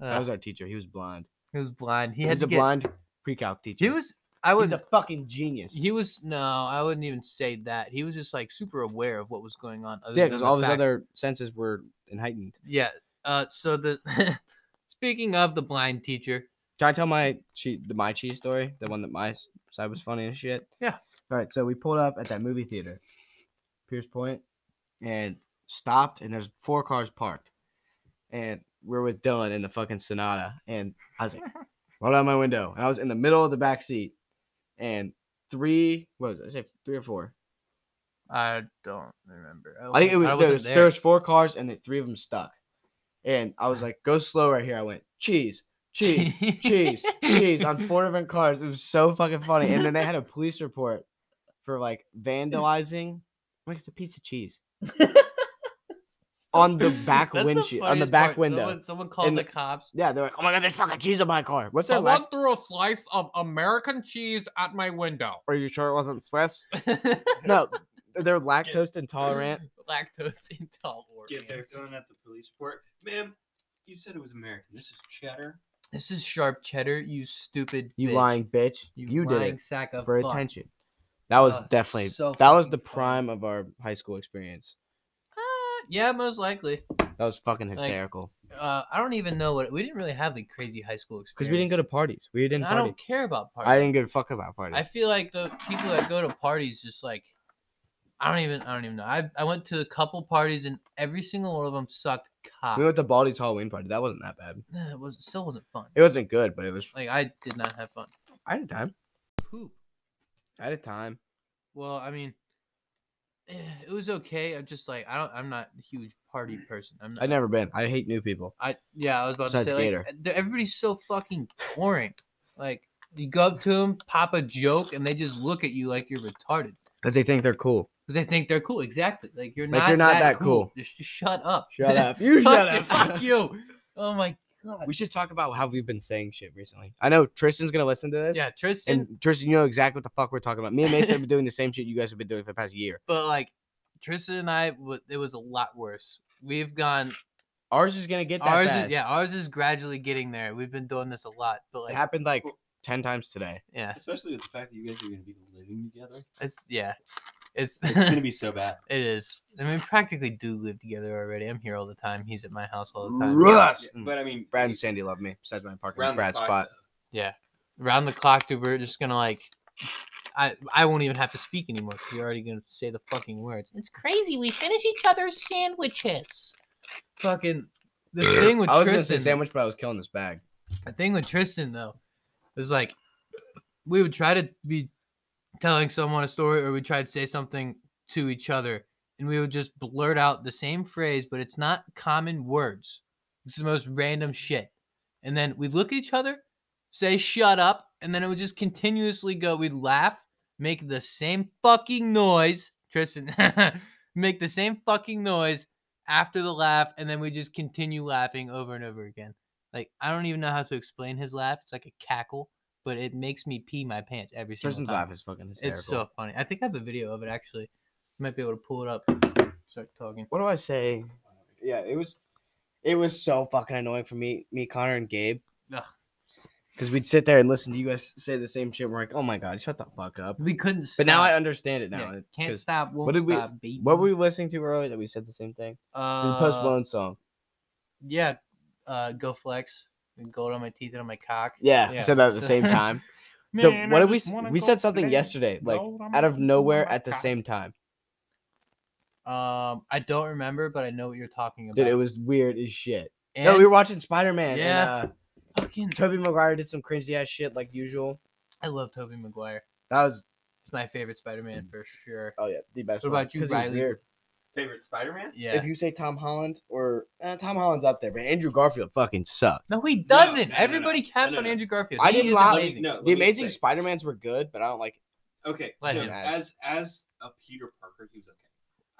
S1: that
S3: Ugh.
S1: was our teacher. He was blind.
S3: he was blind. He
S1: He
S3: had
S1: was
S3: to
S1: a
S3: get,
S1: blind pre-calc teacher.
S3: He was. I was.
S1: He's a fucking genius.
S3: He was. No, I wouldn't even say that. He was just like super aware of what was going on. other
S1: yeah,
S3: than
S1: because
S3: the
S1: all his
S3: fact-
S1: other senses were heightened.
S3: Yeah. Uh. So the. speaking of the blind teacher,
S1: Can I tell my che- the my cheese story? The one that my s- side was funny as shit.
S3: Yeah.
S1: All right, so we pulled up at that movie theater, Pierce Point, and stopped, and there's four cars parked, and we're with Dylan in the fucking Sonata, and I was like, roll down my window, and I was in the middle of the back seat, and three what was it? I say three or four?
S3: I don't remember.
S1: I think it
S3: wasn't-
S1: was, there,
S3: wasn't
S1: was there was four cars and the three of them stuck, and I was like, "Go slow right here." I went cheese, cheese, cheese, cheese on four different cars. It was so fucking funny. And then they had a police report for like vandalizing. Like it's a piece of cheese on the back
S3: That's the
S1: windshield, on the
S3: funniest
S1: back
S3: part.
S1: window.
S3: Someone, someone called
S1: In
S3: the
S1: the-
S3: cops.
S1: Yeah, they're like, "Oh my god, there's fucking cheese on my car." What's that?
S3: Someone
S1: Like?
S3: threw a slice of American cheese at my window.
S1: Are you sure it wasn't Swiss? No, they're lactose intolerant.
S3: Lactose intolerant.
S2: Get there, filling out the police report. Ma'am, you said it was American. This is cheddar.
S3: This is sharp cheddar, you stupid.
S1: You
S3: bitch.
S1: lying bitch.
S3: You,
S1: You,
S3: lying
S1: did
S3: sack
S1: it
S3: of
S1: for
S3: fuck.
S1: attention. That was
S3: Uh,
S1: definitely
S3: so
S1: that was
S3: fucking
S1: the
S3: funny.
S1: prime of our high school experience.
S3: Uh, yeah, most likely.
S1: That was fucking
S3: Like,
S1: hysterical
S3: Uh, I don't even know what we didn't really have the crazy high school experience
S1: because we didn't go to parties. We didn't.
S3: And I
S1: Party.
S3: don't care about parties.
S1: I didn't give a fuck about parties.
S3: I feel like the people that go to parties just like I don't even I don't even know. I I went to a couple parties and every single one of them sucked cock.
S1: We went to Baldy's Halloween party. That wasn't that bad.
S3: Nah, it was it still wasn't fun.
S1: It wasn't good, but it was.
S3: Like I did not have fun.
S1: I had a time.
S3: Poop.
S1: I had a time.
S3: Well, I mean, eh, it was okay. I'm just like I don't. I'm not a huge party person. I'm not.
S1: I've never been. I hate new people.
S3: I yeah. I was about
S1: Besides
S3: to say
S1: Gator.
S3: like they're- everybody's so fucking boring. like you go up to them, pop a joke, and they just look at you like you're retarded
S1: Because they think they're cool.
S3: because they think they're cool. Exactly. Like you're
S1: Like,
S3: not.
S1: you're not that cool.
S3: Just, just shut up.
S1: Shut up. You shut
S3: Fuck you,
S1: up.
S3: Fuck you. Oh my god.
S1: We should talk about how we've been saying shit recently. I know Tristan's going to listen to this.
S3: Yeah, Tristan.
S1: And Tristan, you know exactly what the fuck we're talking about. Me and Mason have been doing the same shit you guys have been doing for the past year.
S3: but like Tristan and I, w- it was a lot worse. We've gone
S1: Ours is going to get that
S3: ours
S1: bad.
S3: is yeah ours is gradually getting there we've been doing this a lot but
S1: It
S3: like
S1: happened like 10 times today.
S3: yeah
S2: Especially with the fact that you guys are going to be living together.
S3: it's yeah it's
S2: It's going to be so bad.
S3: it is i mean we practically do live together already i'm here all the time he's at my house all the time
S1: Russ.
S3: Mm.
S2: But I mean,
S1: Mm. Brad and Sandy love me. Besides my parking
S2: round the
S1: Brad
S2: clock,
S1: spot.
S3: around the clock dude we're just gonna like i i won't even have to speak anymore 'cause you're already gonna say the fucking words
S4: It's crazy. We finish each other's sandwiches.
S3: fucking the thing with
S1: I was going to
S3: tristan
S1: say sandwich, but I was killing this bag.
S3: The thing with Tristan though is like we would try to be telling someone a story or we try to say something to each other and we would just blurt out the same phrase, but it's not common words. It's the most random shit. And then we'd look at each other, say shut up, and then it would just continuously go. We'd laugh, make the same fucking noise. Tristan, make the same fucking noise after the laugh, and then we just continue laughing over and over again. Like I don't even know how to explain his laugh. It's like a cackle, but it makes me pee my pants every single
S1: Tristan's
S3: time.
S1: laugh is fucking hysterical.
S3: It's so funny. I think I have a video of it actually. Might be able to pull it up. Start talking.
S1: what do I say? Yeah, it was it was so fucking annoying for me, me, Connor, and Gabe.
S3: Ugh.
S1: Because we'd sit there and listen to you guys say the same shit. We're like, oh my god, shut the fuck up.
S3: We couldn't.
S1: But now I understand it now.
S3: yeah, can't
S1: 'cause
S3: stop. Won't
S1: what did we-
S3: stop. Beat
S1: What were
S3: me.
S1: we listening to earlier that we said the same thing? The
S3: Uh,
S1: Post Malone song.
S3: Yeah. Uh, go flex. and Gold on my teeth and on my cock.
S1: Yeah,
S3: yeah,
S1: we said that at the
S3: so-
S1: same time. The- what did we? s- We said something yesterday, like out of nowhere at the same time.
S3: Um, I don't remember, but I know what you're talking about.
S1: Dude, it was weird as shit.
S3: and
S1: no, we were watching Spider Man.
S3: Yeah.
S1: And, uh,
S3: fucking.
S1: Toby Maguire did some crazy ass shit like usual.
S3: I love Toby Maguire.
S1: That was
S3: He's my favorite Spider-Man for sure.
S1: oh yeah, the best.
S3: What
S1: one,
S3: about you,
S1: 'cause he was
S3: Riley?
S1: weird.
S2: Favorite Spider-Man?
S3: Yeah.
S1: If you say Tom Holland or eh, Tom Holland's up there, but Andrew Garfield fucking sucked.
S3: no, he doesn't.
S2: no, no, no.
S3: Everybody caps
S2: No, no,
S3: on
S2: no.
S3: Andrew Garfield.
S1: I
S3: He
S1: didn't
S3: is
S1: lie.
S3: amazing.
S2: No, let
S1: the
S2: me
S1: Amazing
S2: say-
S1: Spider Mans were good, but I don't like.
S2: Okay,
S3: Let
S2: so
S3: him.
S2: as as a Peter Parker, he was okay.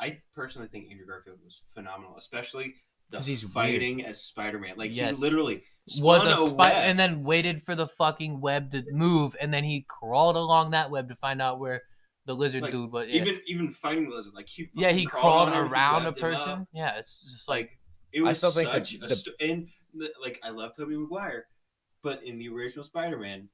S2: I personally think Andrew Garfield was phenomenal, especially the
S1: 'Cause he's weird.
S2: fighting as Spider-Man. Like
S3: Yes.
S2: he literally
S3: was
S2: spun
S3: a
S2: a
S3: spider
S2: web.
S3: and then waited for the fucking web to move and then he crawled along that web to find out where the lizard
S2: Like,
S3: dude was yeah.
S2: even even fighting Lizard, like he
S3: yeah
S2: fucking
S3: he crawled
S2: on him, he
S3: around a
S2: webbed him up.
S3: person yeah it's just like
S2: Like it
S1: I
S2: was
S1: still think that
S2: such a
S1: the-
S2: sto- and the, like I love Tobey Maguire, but in the original Spider-Man,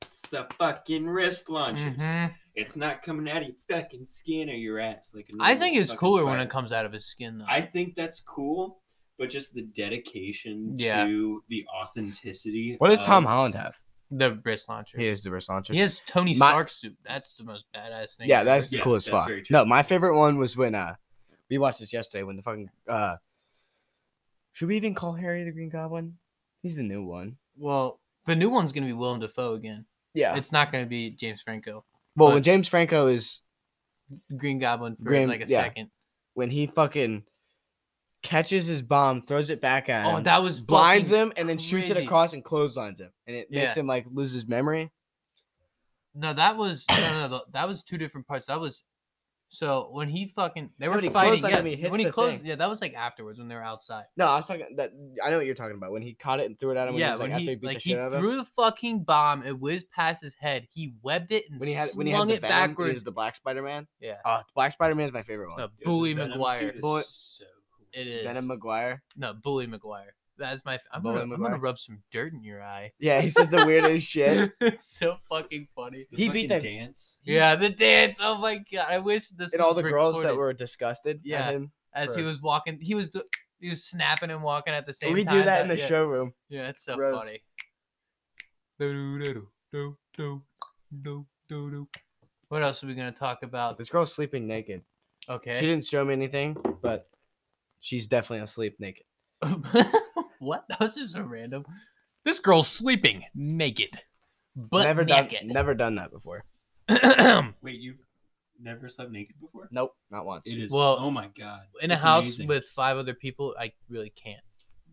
S2: it's the fucking wrist launchers.
S3: mhm.
S2: It's not coming out of your fucking skin or your ass like. a
S3: i
S2: normal
S3: think it's
S2: fucking
S3: cooler when it
S2: spider.
S3: comes out of his skin though
S2: I think that's cool, but just the dedication
S3: Yeah.
S2: to the authenticity.
S1: What does
S2: of-
S1: Tom Holland have?
S3: the wrist launcher
S1: He is the wrist launcher.
S3: He has tony
S1: My-
S3: stark suit that's the most badass thing
S1: Yeah,
S3: ever.
S1: that's
S2: Yeah,
S1: cool as
S2: that's
S1: fuck.
S2: very true.
S1: No, my favorite one was when uh we watched this yesterday when the fucking uh should we even call Harry the Green Goblin? He's the new one.
S3: well the new one's gonna be willem dafoe again
S1: Yeah.
S3: it's not gonna be james franco
S1: well, when
S3: but-
S1: James Franco is
S3: green goblin for
S1: Green-
S3: like a
S1: yeah.
S3: second
S1: when he fucking catches his bomb, throws it back at him,
S3: oh that was
S1: blinds
S3: fucking
S1: him, and then shoots it
S3: crazy.
S1: across and clotheslines him, and it makes
S3: Yeah.
S1: him like lose his memory.
S3: No, that was no, no, no, that was two different parts. That was so when he fucking they were
S1: when he
S3: fighting.
S1: closed on
S3: yeah,
S1: him, he hits
S3: when he
S1: the
S3: closed,
S1: thing.
S3: yeah, that was like afterwards when they were outside.
S1: No, I was talking that I know what you're talking about when he caught it and threw it at him. When he
S3: yeah,
S1: was, like,
S3: when
S1: after
S3: he
S1: he beat
S3: like
S1: the
S3: he
S1: shit out of him.
S3: threw the fucking bomb, it whizzed past his head. He webbed it and
S1: When he had
S3: slung
S1: when he had the
S3: it
S1: Venom, he
S3: backwards.
S1: was the Oh, Black Spider Man.
S3: Yeah.
S1: Uh, Black Spider Man is my favorite one.
S3: no,
S2: Dude, the
S3: Bully
S2: Venom
S3: McGuire.
S2: suit is
S1: Boy-
S2: so cool.
S3: It is
S1: Venom McGuire.
S3: no Bully McGuire. That's my. I'm
S1: Bully
S3: gonna, I'm gonna
S1: Maguire.
S3: rub some dirt in your eye.
S1: Yeah, he says the weirdest shit.
S3: it's so fucking funny.
S2: The
S1: He beat
S2: fucking
S1: the-
S2: dance.
S3: Yeah, the dance. Oh my god, I wish this.
S1: And all
S3: was
S1: the girls that
S3: recorded
S1: were disgusted
S3: Yeah.
S1: at him.
S3: as he
S1: for-
S3: was walking, he was do- he was snapping and walking at the same
S1: we
S3: time.
S1: do that in the
S3: yeah.
S1: showroom.
S3: Yeah, it's so
S1: Gross.
S3: funny. Do-do-do-do, do-do, do-do-do. What else are we gonna talk about?
S1: This girl's sleeping naked. She
S3: Okay.
S1: didn't show me anything, but she's definitely asleep naked.
S3: what? That was just so random. This girl's sleeping naked, but
S1: never done
S3: naked.
S1: never done that before.
S2: Wait, you've never slept naked before?
S1: Nope, not once.
S2: It is.
S3: Well,
S2: oh my god.
S3: in a
S2: It's
S3: house
S2: amazing.
S3: with five other people, I really can't.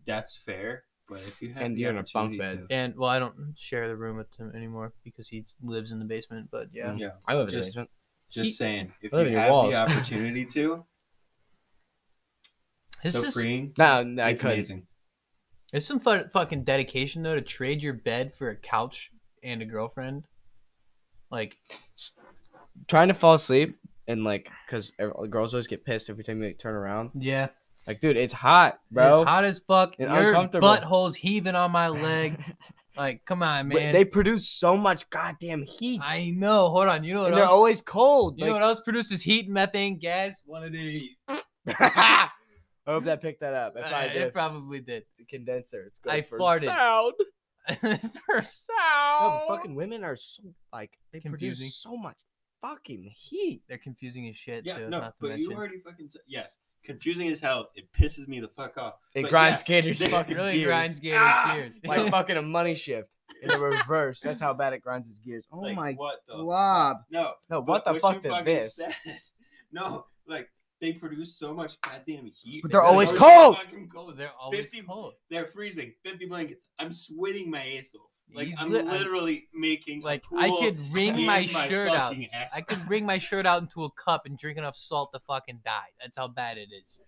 S2: That's fair, but if you have
S1: And
S2: the
S1: you're in a bunk
S2: opportunity
S1: bed.
S2: to-
S3: And well, I don't share the room with him anymore because he lives in the basement. But yeah,
S2: yeah.
S1: I live in the
S2: Just-
S1: basement.
S2: Just
S3: He-
S2: saying, if
S1: Look at
S2: you
S1: your
S2: have
S1: walls.
S2: the opportunity to,
S1: Mm-hmm.
S3: It's
S2: so
S3: just-
S2: freeing.
S1: No, no, I
S2: It's
S1: couldn't.
S2: amazing.
S3: It's some fun, fucking dedication though to trade your bed for a couch and a girlfriend. Like,
S1: Trying to fall asleep and like, cause ev- girls always get pissed every time you like, turn around.
S3: yeah,
S1: Like, dude, it's hot, bro.
S3: it's hot as fuck.
S1: and
S3: Your
S1: uncomfortable.
S3: butthole's heaving on my leg. like, come on,
S1: But
S3: man.
S1: They produce so much goddamn heat,
S3: I know. Hold on. You know what
S1: and they're
S3: else?
S1: always cold.
S3: you know what else produces heat, methane, gas? One of these.
S1: like- I hope that picked that up. If I
S3: Uh,
S1: did,
S3: it probably did.
S1: it's a condenser. It's good
S3: I
S1: for
S3: farted.
S1: sound.
S3: for
S1: No, but
S3: sound.
S1: Oh, fucking women are so like they
S3: Confusing.
S1: produce so much fucking heat.
S3: They're confusing as shit.
S2: Yeah,
S3: too,
S2: no,
S3: not to
S2: but
S3: mention.
S2: you already fucking said yes. Confusing as hell. It pisses me the fuck off.
S1: It
S2: But
S1: grinds
S2: yeah,
S1: Gators
S2: they-
S1: fucking
S3: It really
S1: gears.
S3: grinds Gator's
S2: Ah!
S3: gears.
S1: like fucking a money shift in the reverse. That's how bad it grinds his gears. Oh
S2: Like,
S1: my
S2: what the
S1: glob.
S2: No,
S1: No,
S2: but
S1: what the
S2: you
S1: fuck is
S2: fucking
S1: this?
S2: said- No, like they produce so much goddamn heat.
S1: But they're
S3: always
S1: cold!
S2: fucking cold. They're,
S3: They're always
S2: 50
S3: cold.
S2: they're freezing. Fifty blankets. I'm sweating my ass off. Like
S3: He's
S2: I'm
S3: li- I-
S2: literally making a
S3: Like I
S2: pool
S3: could wring
S2: in
S3: my, shirt out.
S2: fucking ass.
S3: I could wring my shirt out into a cup and drink enough salt to fucking die. That's how bad it is.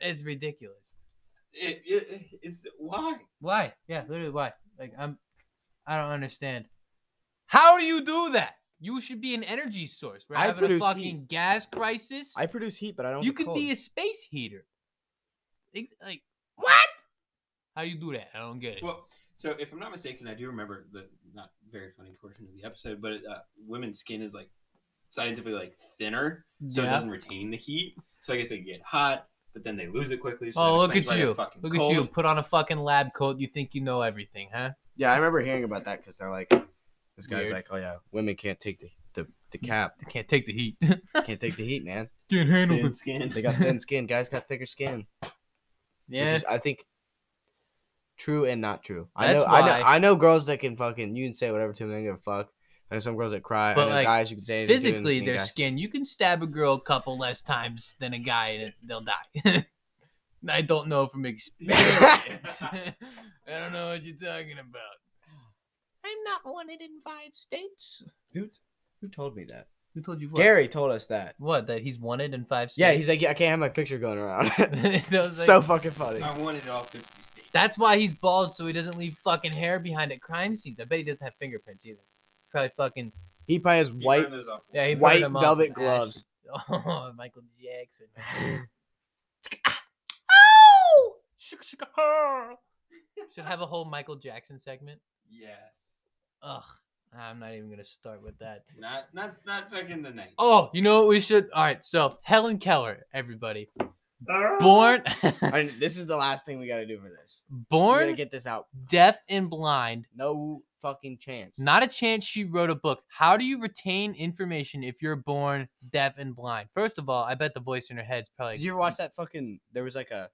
S3: It's ridiculous.
S2: It- it- it's why
S3: Why? Yeah, literally why? Like I'm I don't understand. How do you do that? You should be an energy source. We're
S1: I
S3: having a
S1: produce
S3: fucking
S1: heat.
S3: gas crisis.
S1: I produce heat, but I don't.
S3: you
S1: get
S3: could
S1: cold.
S3: be a space heater. Ex- Like what? How you do that? I don't get it.
S2: Well, so if I'm not mistaken, I do remember the not very funny portion of the episode, but uh, women's skin is like scientifically like thinner, so it
S3: Yeah.
S2: doesn't retain the heat. So I guess they get hot, but then they lose it quickly. So
S3: oh,
S2: it
S3: look
S2: becomes,
S3: at
S2: like, a
S3: you.
S2: fucking
S3: Look
S2: cold.
S3: at you. Put on a fucking lab coat. You think you know everything, huh?
S1: Yeah, I remember hearing about that because they're like, this guy's
S3: Weird.
S1: like, oh yeah, women can't take the the, the cap,
S3: They can't take the heat.
S1: can't take the heat, man.
S3: can't handle
S2: Thin
S3: this.
S1: They
S2: skin.
S1: got thin skin. Guys got thicker skin. which
S3: Yeah.
S1: is, I think true and not true. I
S3: That's
S1: know, I know,
S3: why-
S1: I know girls that can fucking you can say whatever to them, they don't give a fuck. I know some girls that cry.
S3: But,
S1: I know
S3: like,
S1: guys you can say anything to, and
S3: Physically,
S1: any
S3: their
S1: guy-
S3: skin. You can stab a girl a couple less times than a guy, and it- they'll die. I don't know from experience. I don't know what you're talking about.
S4: I'm not wanted in five states.
S1: Who, who told me that?
S3: Who told you what?
S1: Gary told us that.
S3: What? That he's wanted in five states.
S1: Yeah, he's like, yeah, I can't have my picture going around.
S3: That was like-
S1: so fucking funny.
S2: I wanted all 50 states.
S3: That's why he's bald, so he doesn't leave fucking hair behind at crime scenes. I bet he doesn't have fingerprints either. Probably fucking
S1: He probably has
S2: You
S1: white.
S2: burned those off.
S3: yeah. He burned
S1: White
S3: them off
S1: velvet
S3: with ash.
S1: gloves.
S3: Oh, Michael Jackson.
S4: Oh!
S3: Should have a whole Michael Jackson segment.
S2: Yes.
S3: Ugh, I'm not even gonna start with that.
S2: Not not not fucking the night.
S3: Oh, you know what we should? All right, so Helen Keller, everybody, born,
S1: I mean, this is the last thing we got to do for this. We're gonna
S3: born
S1: get this out.
S3: deaf and blind.
S1: No fucking chance.
S3: Not a chance she wrote a book. How do you retain information if you're born deaf and blind? First of all, I bet the voice in her head's probably.
S1: Did you ever watch that fucking? There was like a.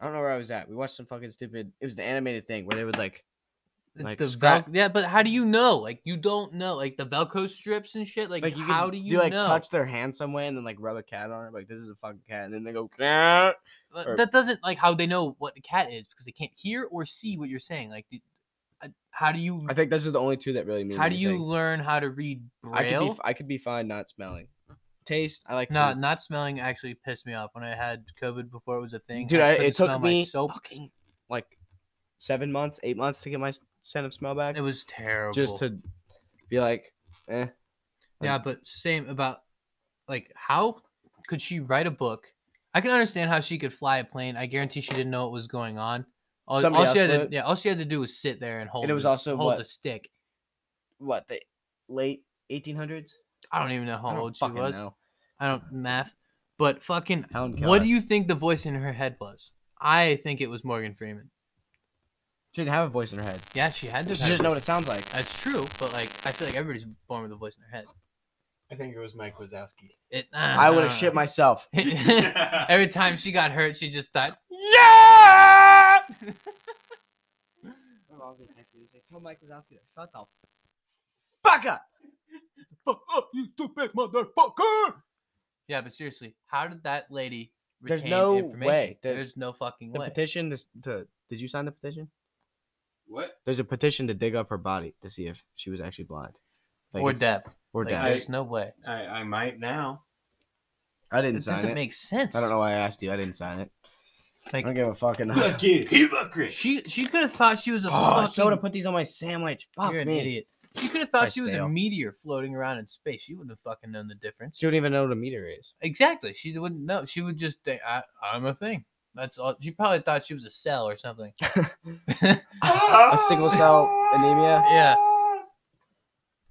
S1: I don't know where I was at. We watched some fucking stupid. It was an animated thing where they would like.
S3: the-
S1: like
S3: the
S1: strap-
S3: Vel- yeah, but how do you know? Like you don't know, like the Velcro strips and shit. Like,
S1: Like, you
S3: how
S1: could
S3: do you
S1: like
S3: know?
S1: touch their hand some way and then like rub a cat on it like this is a fucking cat and then they go cat
S3: But
S1: or-
S3: that doesn't like how they know what a cat is because they can't hear or see what you're saying. Like, the- I- how do you
S1: I think those are the only two that really mean
S3: how do you
S1: anything.
S3: learn how to read
S1: I could be
S3: braille?
S1: f- I could be fine not smelling taste I like
S3: No,
S1: food.
S3: not smelling actually pissed me off when I had COVID before it was a thing.
S1: dude I,
S3: couldn't
S1: it took
S3: smell my
S1: me
S3: soap.
S1: fucking like 7 months 8 months to get my s- sense of smell back
S3: It was terrible.
S1: just to be like eh
S3: yeah, but same about like how could she write a book? I can understand how she could fly a plane. I guarantee she didn't know what was going on. All, all
S1: Somebody
S3: she
S1: else
S3: had to,
S1: would.
S3: yeah, all she had to do was sit there and hold.
S1: was
S3: the-
S1: also
S3: hold
S1: what-
S3: the stick.
S1: what the late 1800s
S3: I don't even know
S1: I
S3: how
S1: don't
S3: old she
S1: fucking
S3: was.
S1: know.
S3: I don't math, but fucking,
S1: Helen
S3: what
S1: Keller.
S3: do you think the voice in her head was? I think it was Morgan Freeman.
S1: She didn't have a voice in her head.
S3: Yeah, she had
S1: She
S3: this.
S1: just know what it sounds like.
S3: That's true, but like, I feel like everybody's born with a voice in their head.
S2: I think it was Mike Wazowski.
S3: It,
S1: I would have shit myself.
S3: my. Every time she got hurt, she just thought,
S1: Tell Mike Wazowski to shut the fuck up.
S3: "Fuck up, you stupid motherfucker!" Yeah, but seriously, how did that lady?
S1: There's
S3: retain
S1: no
S3: information?
S1: way. The-
S3: There's no fucking
S1: The
S3: way.
S1: petition. This, to, did you sign the petition?
S2: What?
S1: There's a petition to dig up her body to see if she was actually blind Like,
S3: or
S1: it's-
S3: deaf.
S1: Or
S3: Like,
S1: deaf.
S3: there's no way.
S2: I, I might now.
S1: I, didn't
S3: It
S1: sign
S3: doesn't
S1: it.
S3: make sense.
S1: I don't know why I asked you. I didn't sign it. I
S3: Like,
S1: don't give a fucking.
S2: Look at hypocrite.
S3: she she could have thought she was a
S1: Oh,
S3: fucking
S1: soda. Put these on my sandwich. Fuck
S3: You're an
S1: me.
S3: idiot. She could have thought
S1: By
S3: she was
S1: stale.
S3: a meteor floating around in space. She wouldn't have fucking known the difference.
S1: She don't even know what a meter is.
S3: Exactly. She wouldn't know. She would just think, I, I'm a thing. That's all. She probably thought she was a cell or something.
S1: A single cell anemia.
S3: Yeah.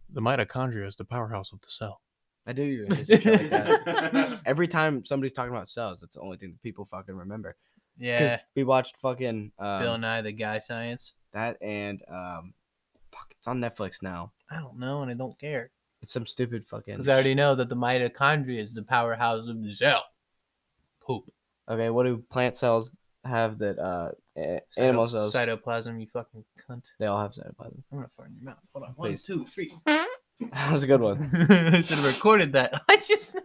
S3: The mitochondria is the powerhouse of the cell.
S1: I do even say some shit like that. Every time somebody's talking about cells, that's the only thing that people fucking remember. Because
S3: Yeah.
S1: we watched fucking um,
S3: Bill Nye, the guy science.
S1: that and um, fuck, it's on Netflix now.
S3: I don't know, and I don't care.
S1: It's some stupid fucking.
S3: Because I already know that the mitochondria is the powerhouse of the cell. Poop.
S1: Okay, what do plant cells have that uh a- animal
S3: Cyto-
S1: cells?
S3: Cytoplasm, you fucking cunt.
S1: They all have cytoplasm.
S3: I'm gonna fart in your mouth. Hold on.
S1: Please.
S3: One, two, three.
S1: that was a good one.
S3: I should have recorded that. I just.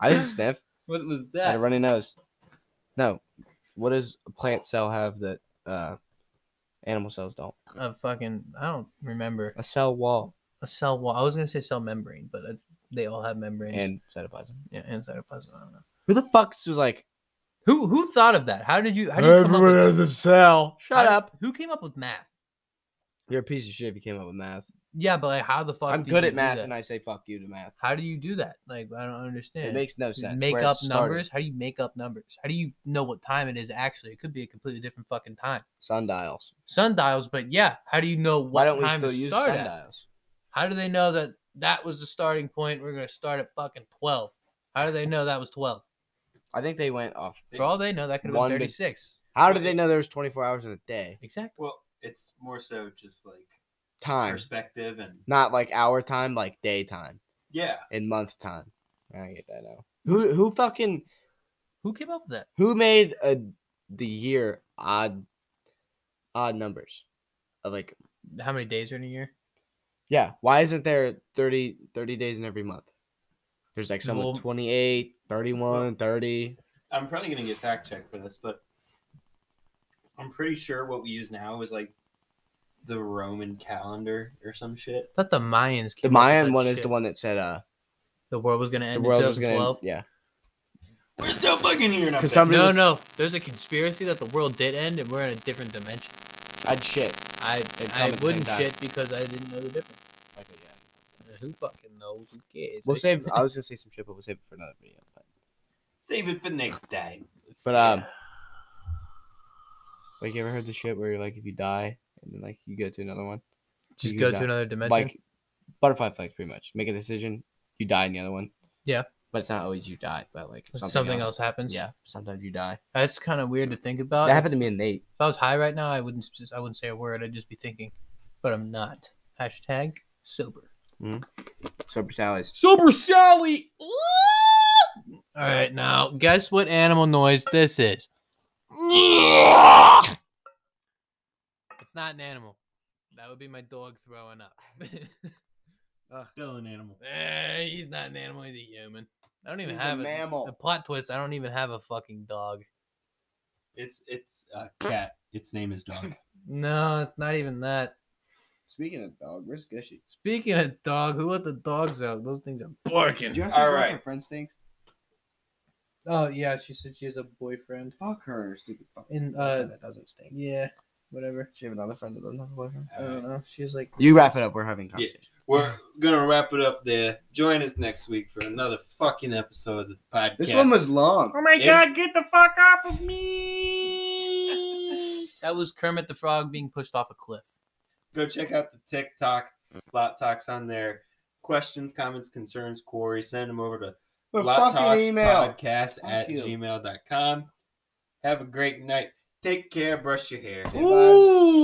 S1: I didn't sniff.
S3: What was
S1: I had a
S3: that?
S1: runny nose. No, what does a plant cell have that uh animal cells don't?
S3: A fucking. I don't remember.
S1: A cell wall
S3: A cell wall. I was gonna say cell membrane, but uh they all have membranes.
S1: and cytoplasm.
S3: yeah, and cytoplasm. I don't know.
S1: Who the fuck was like?
S3: Who who thought of that? How did you? How did you come up with that?
S1: a cell. Shut
S3: How-
S1: up.
S3: Who came up with math?
S1: You're a piece of shit if you came up with math.
S3: Yeah, but like, how the fuck?
S1: I'm
S3: did
S1: good
S3: you
S1: at
S3: do
S1: math,
S3: that?
S1: and I say fuck you to math.
S3: How do you do that? Like, I don't understand.
S1: It makes no sense.
S3: make
S1: where it
S3: up
S1: started.
S3: numbers. How do you make up numbers? How do you know what time it is actually? It could be a completely different fucking time.
S1: Sundials.
S3: Sundials, but yeah, how do you know what
S1: Why don't we
S3: time
S1: still
S3: to
S1: use
S3: start at?
S1: sundials?
S3: How do they know that that was the starting point? We're gonna start at fucking twelve. How do they know that was twelve?
S1: I think they went off.
S3: For all they know, that could have
S1: One
S3: been
S1: to-
S3: thirty-six.
S1: How did they know there was 24 hours in a day?
S3: Exactly.
S2: Well, it's more so just like
S1: Time,
S2: perspective and
S1: not like hour time, like daytime
S2: yeah.
S1: and month time. I get that now. Who who fucking
S3: Who came up with that?
S1: who made a the year odd odd numbers of like
S3: How many days are in a year?
S1: yeah why isn't there 30 30 days in every month there's like some
S3: Well-
S1: with 28 31 30
S2: I'm probably gonna get fact checked for this, but I'm pretty sure what we use now is like the Roman calendar or some shit.
S3: I thought the Mayans.
S1: the
S3: Came up with
S1: mayan
S3: that
S1: one is
S3: shit.
S1: the one that said uh
S3: The world was gonna end.
S1: the world
S3: in
S1: was gonna
S3: 2012.
S1: yeah
S2: We're still fucking here now.
S1: 'Cause somebody-
S3: No,
S1: was-
S3: no. There's a conspiracy that the world did end and we're in a different dimension.
S1: i'd shit
S3: I
S1: They'd come
S3: I
S1: at the same
S3: wouldn't
S1: time.
S3: shit because I didn't know the difference. Who fucking knows? Who cares?
S1: we'll
S3: I-
S1: save i was gonna say some shit but we'll save it for another video but,
S2: Save it for next time.
S1: but um like you ever heard the shit where you're like if you die and then like you go to another one
S3: just
S1: you
S3: go
S1: die.
S3: to another dimension.
S1: like butterfly flags pretty much make a decision you die in the other one
S3: Yeah.
S1: but it's not always you die but like something,
S3: something, else. happens. Uh,
S1: yeah sometimes you die
S3: that's kind of weird to think about.
S1: that
S3: If-
S1: happened to me and nate
S3: If I was high right now, I wouldn't. s- I wouldn't say a word. I'd just be thinking, but I'm not. Hashtag sober.
S1: sober sally's
S3: Sober Sally. All right, now guess what animal noise this is. It's not an animal. That would be my dog throwing up.
S2: still an animal.
S3: Eh, he's not an animal. He's a human. I don't even
S1: He's a
S3: have
S1: mammal.
S3: A plot twist. I don't even have a fucking dog.
S2: It's it's a cat. Its name is Dog.
S3: No, it's not even that.
S1: speaking of dog where's gushy
S3: Speaking of dog, who let the dogs out? Those things are barking.
S1: have
S2: to All right.
S1: friend stinks
S3: Oh yeah, she said she has a boyfriend.
S1: fuck her stupid fuck
S3: And uh,
S1: that doesn't stink
S3: yeah, uh, whatever.
S1: she have another friend that doesn't have a boyfriend
S3: I don't know. She's like
S1: you wrap it up we're having conversation
S2: We're gonna wrap it up there. Join us next week for another fucking episode of the podcast.
S1: this one was long
S4: Oh my
S2: Yes.
S4: god, get the fuck off of me!
S3: that was Kermit the Frog being pushed off a cliff.
S2: go check out the TikTok lot talks on there. Questions, comments, concerns, Corey, send them over to
S1: But
S2: lot
S1: fucking
S2: talks
S1: email
S2: podcast
S1: Fuck
S2: at
S1: you.
S2: gmail.com. Have a great night. Take care. Brush your hair.
S1: Ooh.